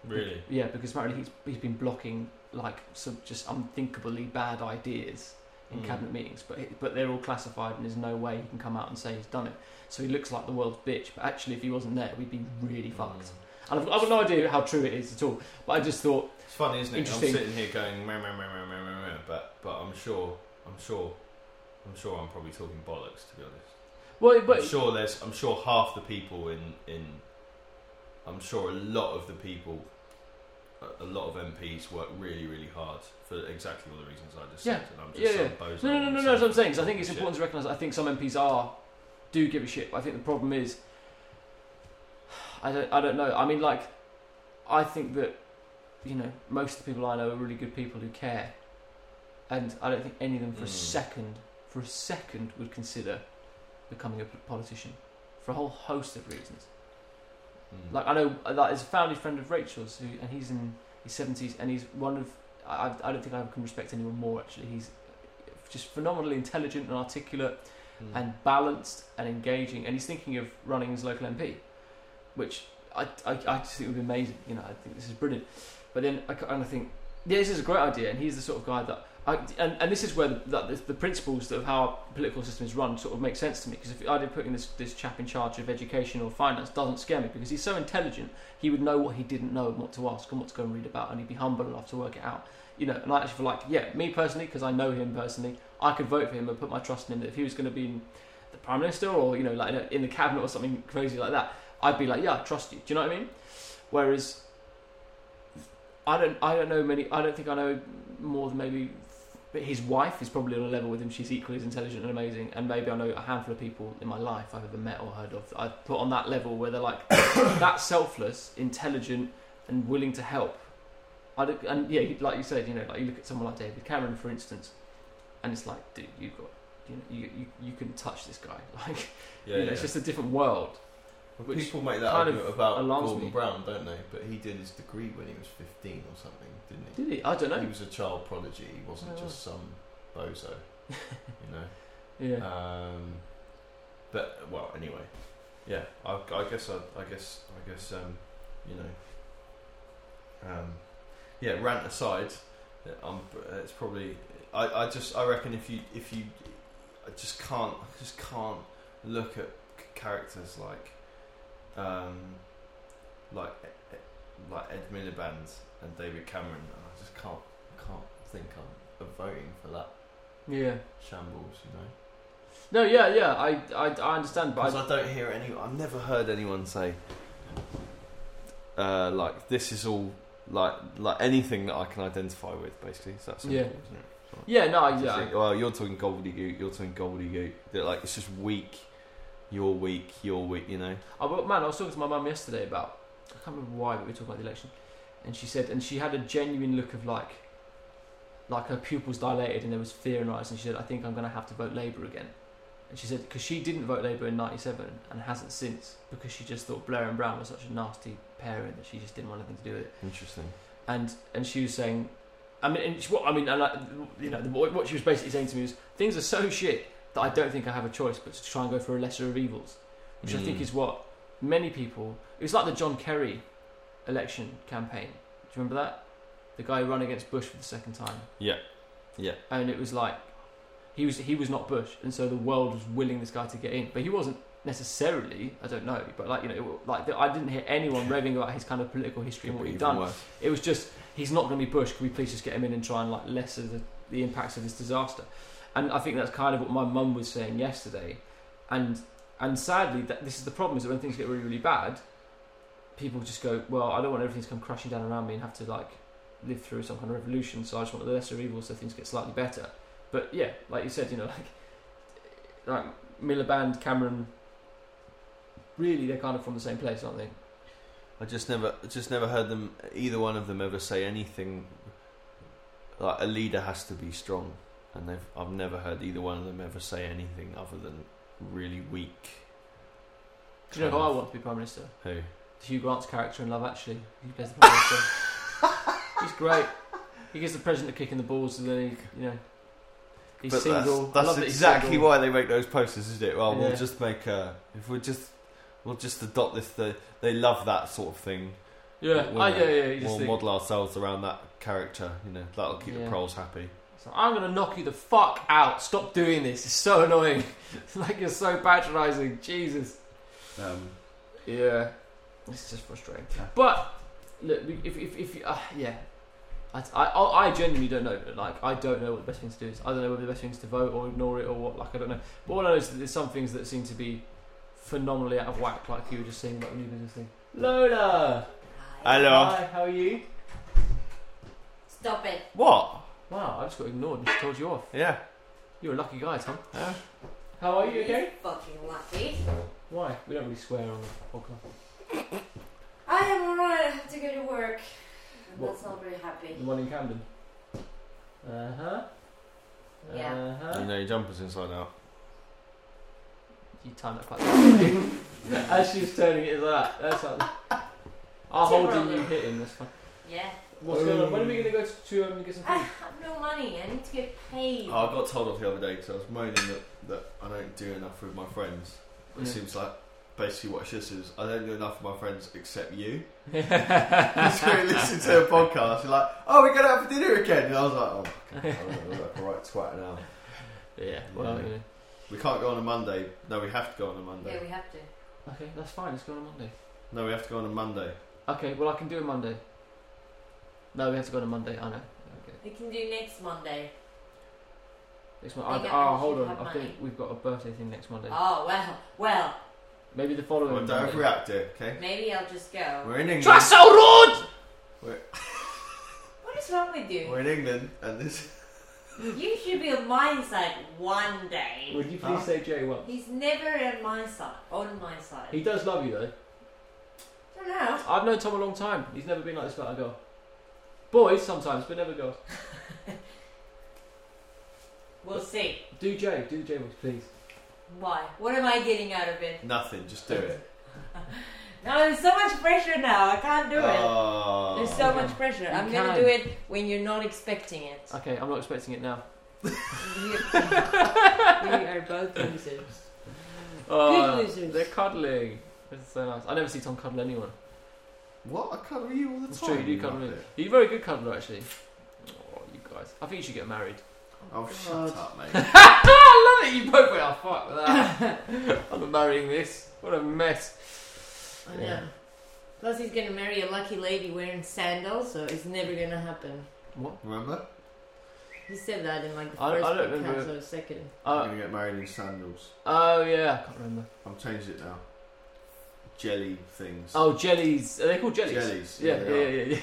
Speaker 1: really.
Speaker 2: Yeah, because apparently he's he's been blocking like some just unthinkably bad ideas in
Speaker 1: Mm.
Speaker 2: cabinet meetings, but but they're all classified and there's no way he can come out and say he's done it. So he looks like the world's bitch, but actually if he wasn't there, we'd be really fucked. And I've, I've got no idea how true it is at all, but I just thought
Speaker 1: It's funny, isn't it? I'm
Speaker 2: Interesting.
Speaker 1: sitting here going meh, meh, meh, meh, meh, meh, meh, but but I'm sure I'm sure I'm sure I'm probably talking bollocks to be honest.
Speaker 2: well,
Speaker 1: I'm
Speaker 2: but
Speaker 1: sure there's I'm sure half the people in in I'm sure a lot of the people a- a lot of MPs work really really hard for exactly all the reasons I just
Speaker 2: Yeah.
Speaker 1: said and I'm just
Speaker 2: Yeah,
Speaker 1: some
Speaker 2: yeah.
Speaker 1: bozo
Speaker 2: no, no, no,
Speaker 1: on
Speaker 2: no,
Speaker 1: the
Speaker 2: no. That's what I'm
Speaker 1: side
Speaker 2: saying. 'cause I think it's
Speaker 1: talking
Speaker 2: important to recognise. that I think some MPs are do give a shit, but I think the problem is, I don't, I don't know. I mean, like, I think that you know most of the people I know are really good people who care, and I don't think any of them for a
Speaker 1: Mm.
Speaker 2: second, for a second, would consider becoming a p- politician for a whole host of reasons.
Speaker 1: shit. Mm.
Speaker 2: Like I know uh, that is a family friend of Rachel's, who and he's in his seventies, and he's one of I, I- I don't think I can respect anyone more. Actually, he's just phenomenally intelligent and articulate,
Speaker 1: Mm.
Speaker 2: and balanced and engaging, and he's thinking of running as local MP, which I, I, I just think would be amazing. You know, I think this is brilliant. But then I ca- and I think yeah, this is a great idea, and he's the sort of guy that. I, and, and this is where the, the, the principles of how our political system is run sort of make sense to me because if I did putting this, this chap in charge of education or finance doesn't scare me because he's so intelligent he would know what he didn't know and what to ask and what to go and read about and he'd be humble enough to work it out you know and I actually feel like yeah me personally because I know him personally I could vote for him and put my trust in him that if he was going to be in the prime minister or you know like in a- in the cabinet or something crazy like that I'd be like yeah I trust you do you know what I mean whereas I don't I don't know many I don't think I know more than maybe but his wife is probably on a level with him she's equally as intelligent and amazing and maybe I know a handful of people in my life I've ever met or heard of that I've put on that level where they're like that selfless intelligent and willing to help I don't, and yeah like you said you know like you look at someone like David Cameron for instance and it's like dude you've got you know you, you, you couldn't touch this guy like
Speaker 1: yeah,
Speaker 2: you know,
Speaker 1: yeah.
Speaker 2: it's just a different world
Speaker 1: Well,
Speaker 2: which
Speaker 1: people make that
Speaker 2: kind
Speaker 1: argument
Speaker 2: of
Speaker 1: about
Speaker 2: alarms
Speaker 1: Gordon
Speaker 2: me.
Speaker 1: Brown, don't they? But he did his degree when he was 15 or something, didn't he?
Speaker 2: did he I don't
Speaker 1: He
Speaker 2: know
Speaker 1: was a child prodigy. He wasn't
Speaker 2: Oh.
Speaker 1: just some bozo, you know.
Speaker 2: yeah
Speaker 1: Um, but well, anyway, yeah. I, I guess I, I guess I guess um, you know. Um, yeah, rant aside, um, it's probably I, I just I reckon if you if you I just can't I just can't look at c- characters like um, like like Ed Miliband and David Cameron, and I just can't can't think I'm of voting for that
Speaker 2: Yeah.
Speaker 1: shambles, you know.
Speaker 2: No, yeah, yeah. I, I, I understand, but
Speaker 1: Because
Speaker 2: I,
Speaker 1: I don't hear any. I've never heard anyone say uh, like this is all like like anything that I can identify with. Basically, so that's
Speaker 2: Yeah.
Speaker 1: Isn't it?
Speaker 2: yeah, no, I-
Speaker 1: It's
Speaker 2: yeah.
Speaker 1: just
Speaker 2: I-
Speaker 1: like, well, you're talking gobbledygook. You're talking gobbledygook. They're like it's just weak. You're weak. You're weak. You know.
Speaker 2: I, but man, I was talking to my mum yesterday about I can't remember why, but we were talking about the election, and she said, and she had a genuine look of like, like her pupils dilated and there was fear in her eyes, and she said, I think I'm going to have to vote Labour again. And she said because she didn't vote Labour in '97 and hasn't since because she just thought Blair and Brown were such a nasty pairing that she just didn't want anything to do with it.
Speaker 1: Interesting.
Speaker 2: and and she was saying, I mean, and she- what I mean, and I, you know, what what she was basically saying to me was things are so shit that I don't think I have a choice but to try and go for a lesser of evils, which I think
Speaker 1: Mm.
Speaker 2: is what many people. It was like the John Kerry election campaign. Do you remember that? The guy who ran against Bush for the second time.
Speaker 1: Yeah. Yeah.
Speaker 2: And it was like he was he was not Bush, and so the world was willing this guy to get in, but he wasn't necessarily. I don't know, but like you know, like I didn't hear anyone raving about his kind of political history and what he'd
Speaker 1: Even
Speaker 2: done.
Speaker 1: worse.
Speaker 2: It was just he's not going to be Bush. Can we please just get him in and try and like lesser the, the impacts of this disaster? And I think that's kind of what my mum was saying yesterday. And and sadly, that this is the problem is that when things get really really bad, people just go, well, I don't want everything to come crashing down around me and have to like live through some kind of revolution. So I just want the lesser evil so things get slightly better. But yeah, like you said, you know, like like Miliband, Cameron. Really, they're kind of from the same place, aren't they?
Speaker 1: I just never, just never heard them. Either one of them ever say anything. Like a leader has to be strong, and they've, I've never heard either one of them ever say anything other than really weak.
Speaker 2: Do you know who
Speaker 1: Kind
Speaker 2: I
Speaker 1: of.
Speaker 2: want to be prime minister?
Speaker 1: Who?
Speaker 2: Hugh Grant's character in Love Actually. He plays the Prime Minister. He's great. He gives the president a kick in the balls, and then he, you know, he's
Speaker 1: But that's-
Speaker 2: single.
Speaker 1: That's,
Speaker 2: I love that he's
Speaker 1: exactly
Speaker 2: single.
Speaker 1: why they make those posters, isn't it? Well,
Speaker 2: Yeah.
Speaker 1: we'll just make a. If we just, we'll just adopt this. The, they love that sort of thing.
Speaker 2: Yeah,
Speaker 1: We'll,
Speaker 2: ah, yeah, yeah. You just
Speaker 1: We'll
Speaker 2: think,
Speaker 1: model ourselves around that character. You know, that'll keep
Speaker 2: Yeah.
Speaker 1: the pros happy.
Speaker 2: it's like, I'm gonna knock you the fuck out. Stop doing this. It's so annoying. It's like you're so patronising. Jesus.
Speaker 5: Um,
Speaker 2: Yeah. This is just frustrating.
Speaker 5: Yeah.
Speaker 2: But look, if if if you- uh, yeah, I, I I- I genuinely don't know. Like I don't know what the best thing to do is. I don't know whether the best thing is to vote or ignore it or what. Like I don't know. But all I know is that there's some things that seem to be phenomenally out of whack. Like you were just saying about the new business thing. Lola.
Speaker 1: Hello.
Speaker 2: Hi. How are you?
Speaker 6: Stop it.
Speaker 1: What?
Speaker 2: Wow, I just got ignored and she told you off.
Speaker 1: Yeah.
Speaker 2: You're a lucky guy, Tom.
Speaker 1: Yeah.
Speaker 2: How are you again?
Speaker 6: Fucking lucky.
Speaker 2: Why? We don't really swear on the podcast.
Speaker 6: I am alright. I have to go to work. And
Speaker 2: What-
Speaker 6: that's not very happy.
Speaker 2: The one in Camden. Uh huh.
Speaker 6: Yeah.
Speaker 2: Uh huh.
Speaker 1: You know, your jumper's inside out.
Speaker 2: You timed that quite well. As she was turning it like that, that's like. I'll
Speaker 6: Tim
Speaker 2: hold you,
Speaker 6: Robbins.
Speaker 2: you hit him, that's fine.
Speaker 6: Yeah.
Speaker 2: What's going on? When are we going to go to, to um, get some
Speaker 6: I
Speaker 2: food?
Speaker 6: have no money. I need to get paid.
Speaker 1: Oh, I got told off the other day because I was moaning that, that I don't do enough with my friends. It
Speaker 2: Yeah.
Speaker 1: seems like basically what this is I don't do enough with my friends except you. so you listen to a podcast, you're like, oh, we're going out for dinner again. And I was like, oh, my God, I'm gonna look like a right twat now.
Speaker 2: yeah, well,
Speaker 1: Yeah.
Speaker 2: you know.
Speaker 1: We can't go on a Monday. No, we have to go on a Monday.
Speaker 6: yeah, we have to.
Speaker 2: Okay, that's fine, let's go on a Monday.
Speaker 1: No, we have to go on a Monday.
Speaker 2: Okay, well, I can do a Monday. No, we have to go on a Monday, I know. Okay.
Speaker 6: We can do next Monday.
Speaker 2: Next one.
Speaker 6: I
Speaker 2: I,
Speaker 6: think I
Speaker 2: oh, hold on,
Speaker 6: should have
Speaker 2: I think
Speaker 6: money.
Speaker 2: we've got a birthday thing next Monday.
Speaker 6: Oh, well, well.
Speaker 2: Maybe the following
Speaker 1: Well, don't
Speaker 2: Monday.
Speaker 1: react here, okay?
Speaker 6: Maybe I'll just go.
Speaker 1: We're in England.
Speaker 2: Try so rude!
Speaker 6: What is wrong with you?
Speaker 1: We're in England, and this.
Speaker 6: You should be on my side one day.
Speaker 2: Would you please
Speaker 1: Huh?
Speaker 2: say Jay once?
Speaker 6: He's never on my side. On my side.
Speaker 2: He does love you, though.
Speaker 6: don't know.
Speaker 2: I've known Tom a long time. He's never been like this about a girl. Boys sometimes, but never girls.
Speaker 6: We'll see.
Speaker 2: Do Jay, do the Jay voice, please.
Speaker 6: Why? What am I getting out of it?
Speaker 1: Nothing, just do it.
Speaker 6: No, there's so much pressure now. I can't do it.
Speaker 1: Oh.
Speaker 6: There's so much pressure. I'm gonna
Speaker 2: can.
Speaker 6: do it when you're not expecting it.
Speaker 2: Okay, I'm not expecting it now.
Speaker 6: You- we are both losers.
Speaker 2: Oh,
Speaker 6: Good losers.
Speaker 2: They're cuddling. It's so nice. I never see Tom cuddle anyone.
Speaker 1: What? I cuddle you all the
Speaker 2: It's
Speaker 1: time.
Speaker 2: true, you do
Speaker 1: you
Speaker 2: cuddle me.
Speaker 1: muppet.
Speaker 2: You're a very good cuddler, actually. Oh, you guys. I think you should get married.
Speaker 1: Oh,
Speaker 5: God.
Speaker 1: shut up, mate.
Speaker 2: I love it. You both went, oh, fuck with that. I'm not marrying this. What a mess.
Speaker 6: I know. Plus, he's gonna marry a lucky lady wearing sandals, so it's never gonna happen.
Speaker 2: What?
Speaker 1: Remember?
Speaker 6: He said that in like the
Speaker 2: I- I
Speaker 6: first
Speaker 2: don't
Speaker 6: podcast
Speaker 2: remember.
Speaker 6: or the second.
Speaker 1: I'm
Speaker 2: Uh,
Speaker 1: gonna get married in sandals.
Speaker 2: oh yeah, I can't remember.
Speaker 1: I've changed it now. Jelly things.
Speaker 2: Oh, jellies. Are they called jellies?
Speaker 1: jellies.
Speaker 2: Yeah, yeah,
Speaker 1: they
Speaker 2: yeah,
Speaker 1: are.
Speaker 2: yeah,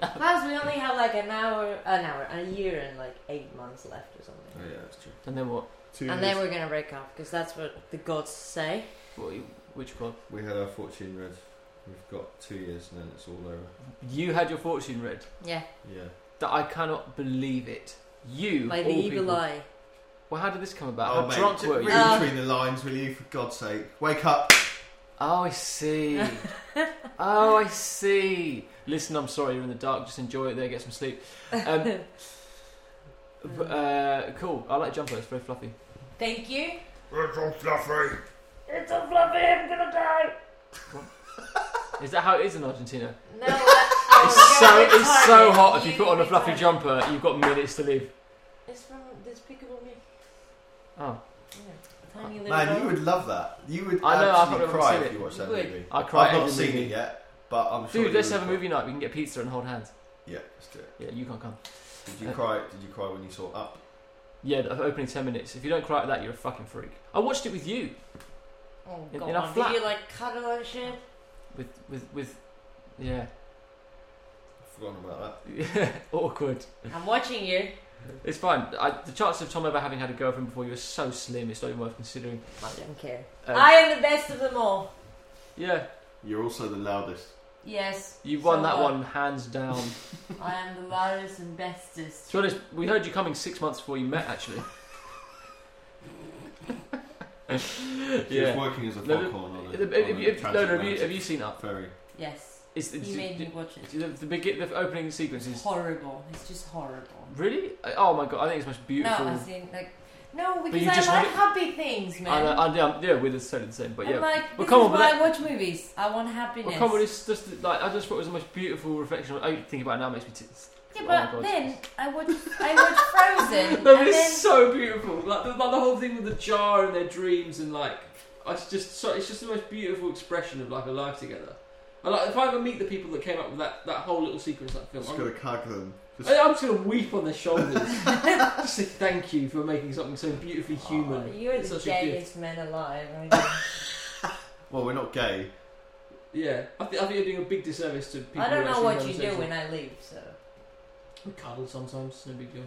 Speaker 2: yeah.
Speaker 6: Plus, we only have like an hour, an hour, a year and like eight months left or
Speaker 1: Oh,
Speaker 6: something.
Speaker 1: yeah, that's true.
Speaker 2: And then what?
Speaker 1: Two
Speaker 6: And
Speaker 1: years-
Speaker 6: then we're gonna break off because that's what the gods say.
Speaker 2: What? You, which god?
Speaker 1: we had our fortune read. We've got two years and then it's all over.
Speaker 2: You had your fortune read.
Speaker 6: Yeah,
Speaker 1: Yeah.
Speaker 2: That I cannot believe it. You.
Speaker 6: by
Speaker 2: of
Speaker 6: the
Speaker 2: all
Speaker 6: evil
Speaker 2: people-
Speaker 6: eye.
Speaker 2: Well, how did this come about? how
Speaker 1: Oh, mate,
Speaker 2: drunk
Speaker 1: just
Speaker 2: were you?
Speaker 1: Read
Speaker 6: Uh,
Speaker 1: between the lines, will you? For God's sake, wake up!
Speaker 2: Oh, I see. oh, I see. Listen, I'm sorry you're in the dark. Just enjoy it there. Get some sleep. Um, b- uh, cool. I like jumper. It's very fluffy.
Speaker 6: Thank you.
Speaker 1: It's all fluffy.
Speaker 6: It's so fluffy. I'm gonna die.
Speaker 2: Is that how it is in Argentina?
Speaker 6: No, I-
Speaker 2: It's so
Speaker 6: oh,
Speaker 2: it's so hot. If you put
Speaker 6: got
Speaker 2: on a fluffy jumper, you've got minutes to leave.
Speaker 6: It's from Despicable Me.
Speaker 2: Oh,
Speaker 6: Yeah. Tiny little.
Speaker 1: Man, you would love that. You would
Speaker 2: I know, I've
Speaker 1: absolutely
Speaker 2: never
Speaker 1: cry
Speaker 2: seen
Speaker 1: if
Speaker 2: it.
Speaker 1: you watched that
Speaker 6: You would.
Speaker 1: movie.
Speaker 2: I
Speaker 1: I've
Speaker 2: cried.
Speaker 1: not
Speaker 2: in the
Speaker 1: seen
Speaker 2: movie.
Speaker 1: it yet, but I'm sure.
Speaker 2: Dude,
Speaker 1: you
Speaker 2: let's
Speaker 1: would
Speaker 2: have a
Speaker 1: cry.
Speaker 2: movie night. We can get pizza and hold hands.
Speaker 1: Yeah, let's do it.
Speaker 2: Yeah, you can't come.
Speaker 1: Did you
Speaker 2: Uh,
Speaker 1: cry? Did you cry when you saw Up?
Speaker 2: Yeah, the opening ten minutes. If you don't cry at that, you're a fucking freak. I watched it with you,
Speaker 6: Oh
Speaker 2: in-
Speaker 6: god.
Speaker 2: in a flat.
Speaker 6: Did you like cuddle and shit?
Speaker 2: with with with, yeah,
Speaker 1: I've forgotten about that.
Speaker 2: awkward.
Speaker 6: I'm watching you.
Speaker 2: It's fine. I, the chance of Tom ever having had a girlfriend before you is so slim. It's not even worth considering.
Speaker 6: I don't care.
Speaker 2: Um,
Speaker 6: I am the best of them all.
Speaker 2: yeah,
Speaker 1: You're also the loudest.
Speaker 6: Yes.
Speaker 2: you won
Speaker 6: so
Speaker 2: that
Speaker 6: what?
Speaker 2: one hands down.
Speaker 6: I am the loudest and bestest.
Speaker 2: to be honest, we heard you coming six months before you met. Actually,
Speaker 1: She was
Speaker 2: yeah.
Speaker 1: working as a
Speaker 2: No, no,
Speaker 1: foghorn on a,
Speaker 2: Have you,
Speaker 1: on a
Speaker 2: have- no,
Speaker 1: transit
Speaker 2: no, have you,
Speaker 1: manager.
Speaker 2: have you seen Up?
Speaker 1: Very.
Speaker 6: Yes.
Speaker 2: It's,
Speaker 6: He
Speaker 2: it's-
Speaker 6: made me
Speaker 2: it-
Speaker 6: watch it.
Speaker 2: the, the, begin, the opening sequence is
Speaker 6: Horrible. It's just horrible.
Speaker 2: really. Oh my god! I think it's the most beautiful.
Speaker 6: No, I think like no
Speaker 2: you
Speaker 6: because I
Speaker 2: just
Speaker 6: like
Speaker 2: want it-
Speaker 6: happy things, man.
Speaker 2: I know- I, yeah, yeah, we're the totally the same, but yeah.
Speaker 6: I'm like,
Speaker 2: Well,
Speaker 6: this
Speaker 2: come
Speaker 6: is
Speaker 2: on, but
Speaker 6: why I watch movies. I want happiness.
Speaker 2: Well, come on, it's just like I just thought it was the most beautiful reflection. I think about it now it makes me. T-
Speaker 6: Yeah,
Speaker 2: oh
Speaker 6: but
Speaker 2: my God.
Speaker 6: then I watch I watch
Speaker 2: No,
Speaker 6: Frozen.
Speaker 2: but
Speaker 6: and
Speaker 2: it's
Speaker 6: then,
Speaker 2: so beautiful. Like the, like the whole thing with the jar and their dreams and like it's just so it's just the most beautiful expression of like a life together. And like if I ever meet the people that came up with that, that whole little sequence of that film,
Speaker 1: Just
Speaker 2: I'm,
Speaker 1: got to cag them. Just,
Speaker 2: I- I'm just gonna weep on their shoulders. just say thank you for making something so beautifully human.
Speaker 6: Oh, you're
Speaker 2: It's
Speaker 6: the
Speaker 2: such a gift.
Speaker 6: gayest man alive. I
Speaker 1: well, we're not gay.
Speaker 2: Yeah, I, th- I think you're doing a big disservice to people.
Speaker 6: I
Speaker 2: who
Speaker 6: don't know
Speaker 2: actually
Speaker 6: what
Speaker 2: have
Speaker 6: you
Speaker 2: sex
Speaker 6: do
Speaker 2: with-
Speaker 6: when I leave, so
Speaker 2: We cuddle sometimes. It's no big deal.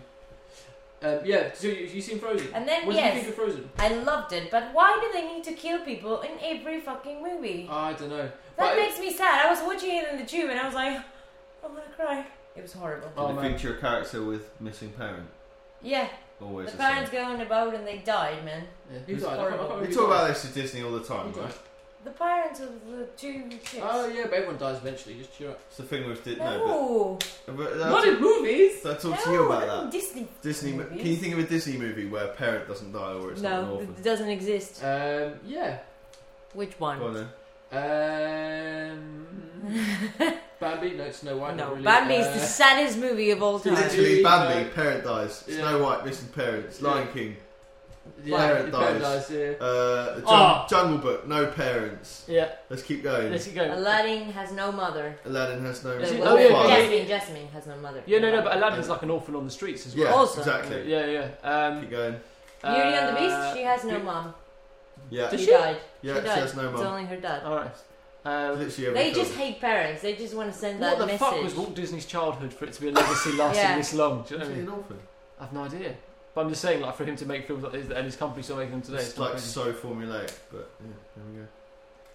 Speaker 2: Um, yeah. So you, you seen Frozen?
Speaker 6: and then
Speaker 2: What did you
Speaker 6: yes,
Speaker 2: think of Frozen?
Speaker 6: I loved it. But why do they need to kill people in every fucking movie?
Speaker 2: I don't know.
Speaker 6: that
Speaker 2: Uh, but-
Speaker 6: makes me sad. I was watching it in the tube and I was like, I'm gonna cry. It was horrible.
Speaker 2: Oh,
Speaker 1: Did it
Speaker 2: man.
Speaker 1: feature a character with missing parent?
Speaker 6: Yeah,
Speaker 1: Always
Speaker 6: the
Speaker 1: the same.
Speaker 6: parents go on a boat and they died, man.
Speaker 2: Yeah,
Speaker 6: It's
Speaker 2: I can't- I can't
Speaker 6: horrible.
Speaker 2: remember
Speaker 1: We
Speaker 2: who
Speaker 1: talk
Speaker 2: died.
Speaker 1: about this at Disney all the time,
Speaker 2: Who
Speaker 1: right?
Speaker 6: The parents of the two kids.
Speaker 2: Oh yeah, but everyone dies eventually. Just cheer up.
Speaker 1: It's the thing with Disney. No,
Speaker 6: no,
Speaker 1: but, but
Speaker 2: Not
Speaker 1: that's,
Speaker 2: in movies.
Speaker 1: I talk to
Speaker 6: no,
Speaker 1: you about that.
Speaker 6: Disney.
Speaker 1: Disney. mo- Can
Speaker 6: Movies.
Speaker 1: you think of a Disney movie where a parent doesn't die or it's not an
Speaker 6: No,
Speaker 1: orphan?
Speaker 6: it doesn't exist.
Speaker 2: Um, yeah.
Speaker 6: Which one?
Speaker 1: Go on then.
Speaker 2: Um, Bambi. No, Snow White. not
Speaker 6: No,
Speaker 2: really.
Speaker 6: Bambi is
Speaker 2: Uh,
Speaker 6: the saddest movie of all time.
Speaker 2: Literally.
Speaker 1: Literally,
Speaker 2: Yeah.
Speaker 1: Bambi. Parent dies.
Speaker 2: Yeah.
Speaker 1: Snow White. Missing parents.
Speaker 2: Yeah.
Speaker 1: Lion King.
Speaker 2: yeah,
Speaker 1: Parrot
Speaker 2: Parrot
Speaker 1: dies.
Speaker 2: dies. Yeah.
Speaker 1: Uh, the jung-
Speaker 2: Ah.
Speaker 1: Jungle Book. No parents.
Speaker 2: Yeah.
Speaker 1: Let's keep going.
Speaker 2: Let's go.
Speaker 6: Aladdin has no mother.
Speaker 1: Aladdin has no.
Speaker 2: Is it-
Speaker 6: Well,
Speaker 2: oh, yeah,
Speaker 1: father.
Speaker 2: yeah,
Speaker 6: Jasmine, Jasmine has no mother.
Speaker 2: Yeah, no, no. But Aladdin's like an orphan on the streets as
Speaker 1: Yeah,
Speaker 2: well.
Speaker 6: Also.
Speaker 1: exactly.
Speaker 2: Yeah, yeah. Um,
Speaker 1: Keep going.
Speaker 6: Beauty and
Speaker 2: uh,
Speaker 6: the Beast, she has no
Speaker 2: Be-
Speaker 6: mum.
Speaker 1: Yeah,
Speaker 2: Does
Speaker 6: She
Speaker 2: she?
Speaker 6: died.
Speaker 1: yeah,
Speaker 6: she
Speaker 1: she
Speaker 6: died.
Speaker 1: has no
Speaker 6: It's
Speaker 1: mum.
Speaker 6: only her dad.
Speaker 2: All right. Um,
Speaker 1: Literally every
Speaker 6: They
Speaker 1: film.
Speaker 6: just hate parents. They just want to send
Speaker 2: What
Speaker 6: that
Speaker 2: the
Speaker 6: message.
Speaker 2: fuck was Walt Disney's childhood for it to be a legacy lasting
Speaker 6: Yeah.
Speaker 2: this long? Do you know
Speaker 1: Is
Speaker 2: what I
Speaker 1: he
Speaker 2: mean?
Speaker 1: an orphan?
Speaker 2: I have no idea. But I'm just saying, like, for him to make films like this and his company still making them today, it's,
Speaker 1: It's like
Speaker 2: crazy.
Speaker 1: so formulaic, but yeah, there we go.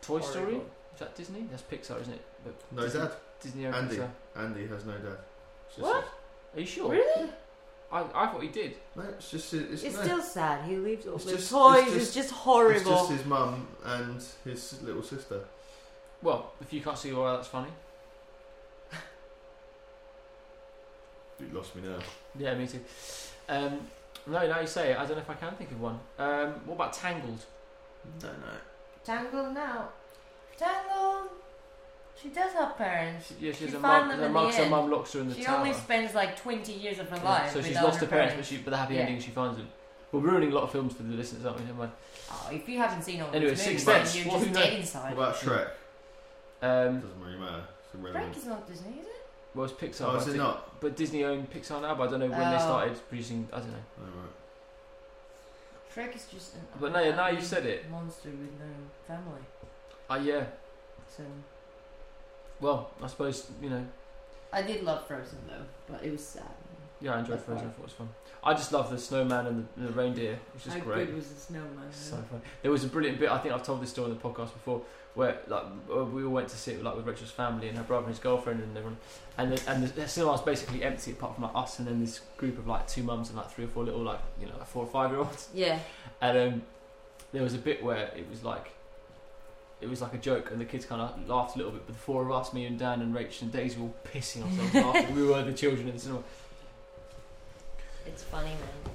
Speaker 2: Toy Story?
Speaker 6: Horrible.
Speaker 2: Is that Disney? That's Pixar, isn't it? But
Speaker 1: No
Speaker 2: Disney,
Speaker 1: dad.
Speaker 2: Disney owned
Speaker 1: Andy.
Speaker 2: Pixar.
Speaker 1: Andy has no dad. It's just
Speaker 6: What?
Speaker 1: his-
Speaker 2: Are you sure?
Speaker 6: Really?
Speaker 2: I, I thought he did.
Speaker 1: no, it's just his- it's,
Speaker 6: It's
Speaker 1: no,
Speaker 6: still sad. He leaves all
Speaker 1: It's
Speaker 6: the
Speaker 1: just-
Speaker 6: toys. It's
Speaker 1: it's
Speaker 6: just,
Speaker 1: just-
Speaker 6: horrible.
Speaker 1: It's just his mum and his little sister.
Speaker 2: Well, if you can't see why that's funny.
Speaker 1: You lost me now.
Speaker 2: Yeah, me too. Um, no, now you say it, I don't know if I can think of one. Um, what about Tangled?
Speaker 1: Don't know.
Speaker 6: Tangled now. Tangled. She does have parents.
Speaker 2: Yeah, she has
Speaker 6: She
Speaker 2: a mum.
Speaker 6: found them
Speaker 2: Her
Speaker 6: in
Speaker 2: mum,
Speaker 6: the
Speaker 2: her
Speaker 6: end.
Speaker 2: mum locks her in the
Speaker 6: She
Speaker 2: tower.
Speaker 6: only spends like 20 years of her
Speaker 2: Yeah,
Speaker 6: life.
Speaker 2: so she's
Speaker 6: without
Speaker 2: lost
Speaker 6: her
Speaker 2: her parents, but, she, but the happy
Speaker 6: Yeah.
Speaker 2: ending she finds them. We're ruining a lot of films for the listeners, aren't we? Never mind.
Speaker 6: Oh, if you haven't seen all
Speaker 2: Anyway,
Speaker 6: these
Speaker 2: Sixth
Speaker 6: movies, then
Speaker 2: Sense,
Speaker 6: you're
Speaker 2: what
Speaker 6: just
Speaker 2: do you know?
Speaker 6: dead
Speaker 1: What
Speaker 6: inside.
Speaker 1: about Shrek?
Speaker 2: Um,
Speaker 4: Doesn't really matter. It's
Speaker 6: Frank
Speaker 4: irrelevant.
Speaker 6: is not Disney, is it?
Speaker 2: well, it's Pixar.
Speaker 4: Oh,
Speaker 2: but
Speaker 4: is
Speaker 2: I
Speaker 4: it
Speaker 2: think-
Speaker 4: not?
Speaker 2: But Disney own Pixar now, but I don't know when
Speaker 6: Oh.
Speaker 2: they started producing. I don't know.
Speaker 4: Oh, right.
Speaker 6: Shrek is just an
Speaker 2: But no, now you said it.
Speaker 6: monster with no family.
Speaker 2: Uh, yeah.
Speaker 6: So
Speaker 2: Well, I suppose you know.
Speaker 6: I did love Frozen though, but it was sad.
Speaker 2: Yeah, I enjoyed
Speaker 6: That's
Speaker 2: Frozen. I
Speaker 6: right.
Speaker 2: thought it was fun. I just love the snowman and the, the reindeer, which is
Speaker 6: How
Speaker 2: great.
Speaker 6: Oh, good was the snowman?
Speaker 2: So funny. There was a brilliant bit. I think I've told this story on the podcast before, where like uh, we all went to see it like with Rachel's family and her brother and his girlfriend and everyone, and the, and the, the cinema's basically empty apart from like us and then this group of like two mums and like three or four little like you know like four or five year olds,
Speaker 6: Yeah.
Speaker 2: and um, there was a bit where it was like. It was like a joke, and the kids kind of laughed a little bit. But the four of us, me and Dan and Rachel and Daisy, were all pissing ourselves laughing. We were the children in the cinema.
Speaker 6: It's funny, man.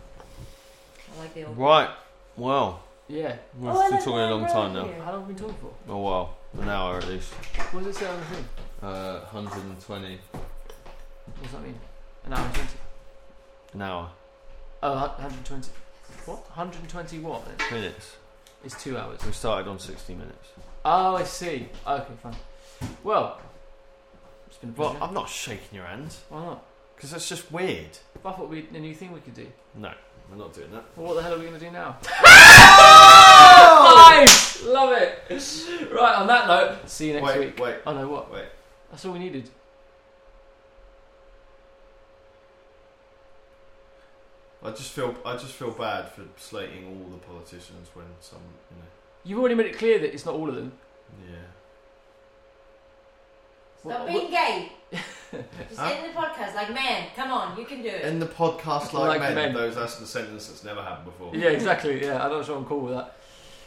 Speaker 6: I like the old. Oh,
Speaker 1: Right. Well,
Speaker 2: Yeah,
Speaker 1: we've
Speaker 6: I
Speaker 1: been
Speaker 6: left
Speaker 1: talking
Speaker 6: my
Speaker 1: a long
Speaker 6: umbrella
Speaker 1: time now.
Speaker 6: here.
Speaker 2: how long have we been talking for?
Speaker 1: A while, an hour at least.
Speaker 2: What does it say on the thing?
Speaker 1: Uh, 120
Speaker 2: What does that mean? An hour and twenty.
Speaker 1: an hour
Speaker 2: Oh, 120. What? 120 what? Then?
Speaker 1: minutes.
Speaker 2: It's two hours.
Speaker 1: We started on 60 minutes.
Speaker 2: Oh, I see. Okay, fine. Well, it's been a
Speaker 1: Well,
Speaker 2: pleasure.
Speaker 1: I'm not shaking your hand
Speaker 2: Why not?
Speaker 1: because that's just weird.
Speaker 2: But I thought we'd a new thing we could do.
Speaker 1: No, we're not doing that.
Speaker 2: Well, what the hell are we going to do now? Five! Love it. Right. On that note, see you next
Speaker 4: Wait,
Speaker 2: week.
Speaker 4: wait,
Speaker 2: Oh no, what?
Speaker 4: wait.
Speaker 2: That's all we needed.
Speaker 4: I just feel I just feel bad for slating all the politicians when some you know
Speaker 2: You've already made it clear that it's not all of them.
Speaker 4: yeah
Speaker 6: Stop
Speaker 2: What-
Speaker 6: being gay. Just
Speaker 4: Huh?
Speaker 6: end the podcast, like man. Come on, you can do it.
Speaker 4: in the podcast like,
Speaker 2: Like
Speaker 4: men,
Speaker 2: men.
Speaker 4: those that's the sentence that's never happened before
Speaker 2: Yeah, exactly. Yeah, I'm not sure I'm cool with that.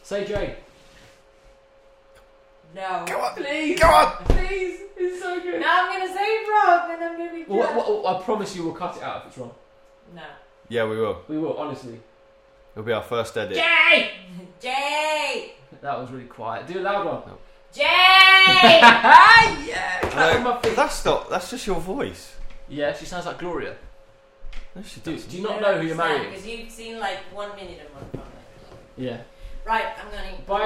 Speaker 2: Say, Jay.
Speaker 6: no.
Speaker 4: Go on.
Speaker 6: please.
Speaker 4: Go on.
Speaker 6: Please.
Speaker 2: It's so good.
Speaker 6: Now I'm gonna say it wrong, and I'm gonna be.
Speaker 2: Well,
Speaker 6: judged.
Speaker 2: well, well, I promise you, we'll cut it out if it's wrong.
Speaker 6: No.
Speaker 1: Yeah, we will.
Speaker 2: We will, honestly.
Speaker 1: It'll be our first edit.
Speaker 2: Jay.
Speaker 6: Jay.
Speaker 2: That was really quiet. Do a loud one.
Speaker 6: Jay.
Speaker 2: yeah, clap on my feet.
Speaker 1: That's not. That's just your voice.
Speaker 2: Yeah, she sounds like Gloria.
Speaker 1: No, she
Speaker 2: Do,
Speaker 1: doesn't.
Speaker 2: do you not know who you're marrying?
Speaker 6: Because you've seen like one minute of my comment.
Speaker 2: Yeah.
Speaker 6: Right. I'm gonna.
Speaker 2: Bye.